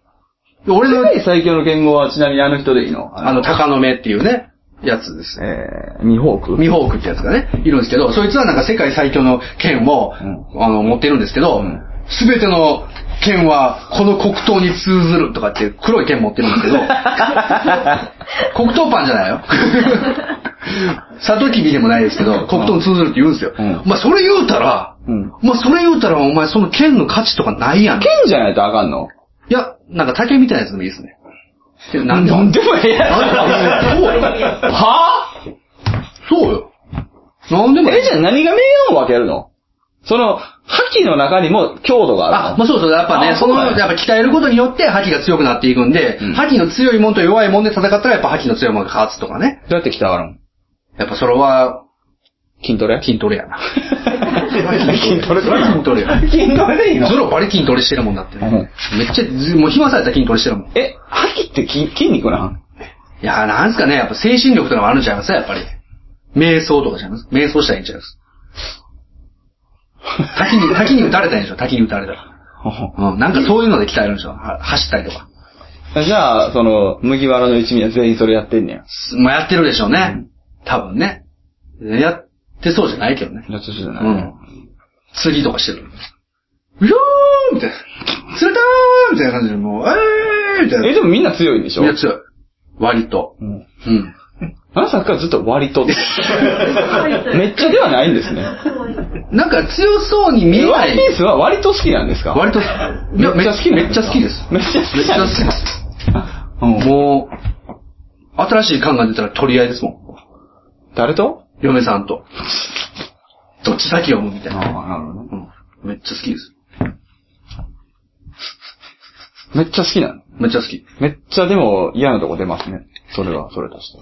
で俺世の、界最強の言語はちなみにあの人でいいのあの、鷹の目っていうね、やつですね。えー、ミホークミホークってやつがね、いるんですけど、そいつはなんか世界最強の剣を、あの、持ってるんですけどん、すべ、ての剣はこの黒糖に通ずるとかっていう黒い剣持ってるんです けど、黒糖パンじゃないよ。サトキビでもないですけど、黒糖に通ずるって言うんですよ。うんまあそれ言うたら、うんまあそれ言うたらお前その剣の価値とかないやん。い剣じゃないとあかんのや、なんか竹みたいなやつでもいいですね。でなんでなんでもええやんなんでもそうよ。はぁそうよ。なんでもえ、じゃあ何が名誉を分けるのその、覇気の中にも強度がああ、るまのあそうそう、やっぱね、あその、そうなんややっぱ鍛えることによって、覇気が強くなっていくんでうん、覇気の強いもんと弱いもんで戦ったら、やっぱ覇気の強いもんが勝つとかね。どうやって鍛わるのやっぱそれは、筋トレ筋トレやな。 筋トレそれは筋トレや。筋トレでいいのゾロバリ筋トレしてるもんだってね。うめっちゃず、もう暇されたら筋トレしてるもん。いえ、覇気って筋筋肉 なんやー、なんすかね、やっぱ精神力とかもあるんちゃいますやっぱり。瞑想とかちゃいます瞑想したらいいんちゃいます滝 に、滝に打たれたらいいんでしょ滝に打たれたら。うん、なんかそういうので鍛えるんでしょは走ったりとか。じゃあ、その、麦わらの一味は全員それやってんねや。まあやってるでしょうね。多分ね。やってそうじゃないけどね。やつじゃなういん。釣りとかしてる。うひょーみたいな。釣れたーみたいな感じで、もう、えーみたいな。え、でもみんな強いんでしょいや、強い。割と。うん。うん。あなたさっきからずっと割 とって。めっちゃではないんですね。なんか強そうに見えなワンピーい。スは割と好きなんですか割と、いや、めっちゃ好き、めめっっちちゃゃ好き好きでですす。めっちゃ好きでうんす。もう、新しい缶が出たら取り合いですもん。誰と嫁さんと。どっち先読むみたいな。あ、なるほどね。うん。めっちゃ好きです。めっちゃ好きなの。めっちゃ好き。めっちゃでも嫌なとこ出ますね。それは、それとして。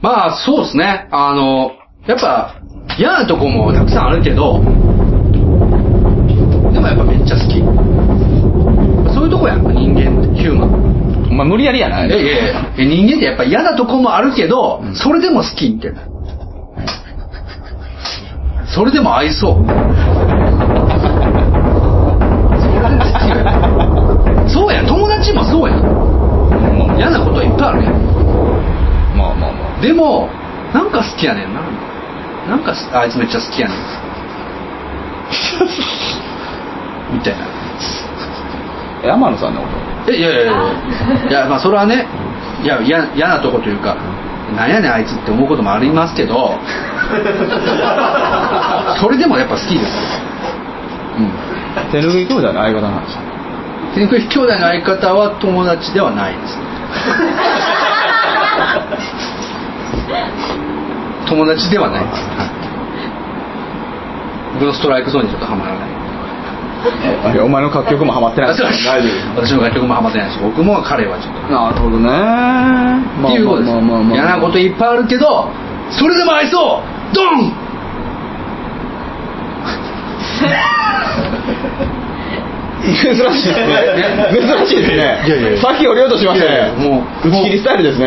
まあ、そうですね。あの、やっぱ、嫌なとこもたくさんあるけど、でもやっぱめっちゃ好き。そういうとこやんか、人間って、ヒューマン。お前無理やりやないいやいやいやえ人間ってやっぱ嫌なとこもあるけど、それでも好きみたいな。それでも愛そう。それでも好きやそうやん、友達もそうやん。もう嫌なこといっぱいあるやん。まあまあまあ。でもなんか好きやねんななんかすあいつめっちゃ好きやねんみたいなえ天野さんのこえいやいやいやいやいやまあそれはねいや嫌嫌なとこというかなんやねんあいつって思うこともありますけどそれでもやっぱ好きですうんと。手拭い兄弟の相方の話。天狗兄弟の相方は友達ではない ですね友達ではないです、はい僕のストライクゾーンにちょっとはまらないえお前の楽曲もハマってない。あそうです大丈私の楽曲もハマってないし僕も彼はちょっと、夫。なるほどね。まあっていうことですまあまあまあまあ嫌なこといっぱいあるけどそれでも愛そうドン 珍しいですね。珍しいですね。いやいやいやさっき降りようとしましたいやいやね。もう打ち切りスタイルですね。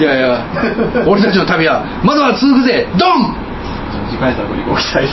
いやいや 俺たちの旅はまだまだ続くぜドン 次回作にご期待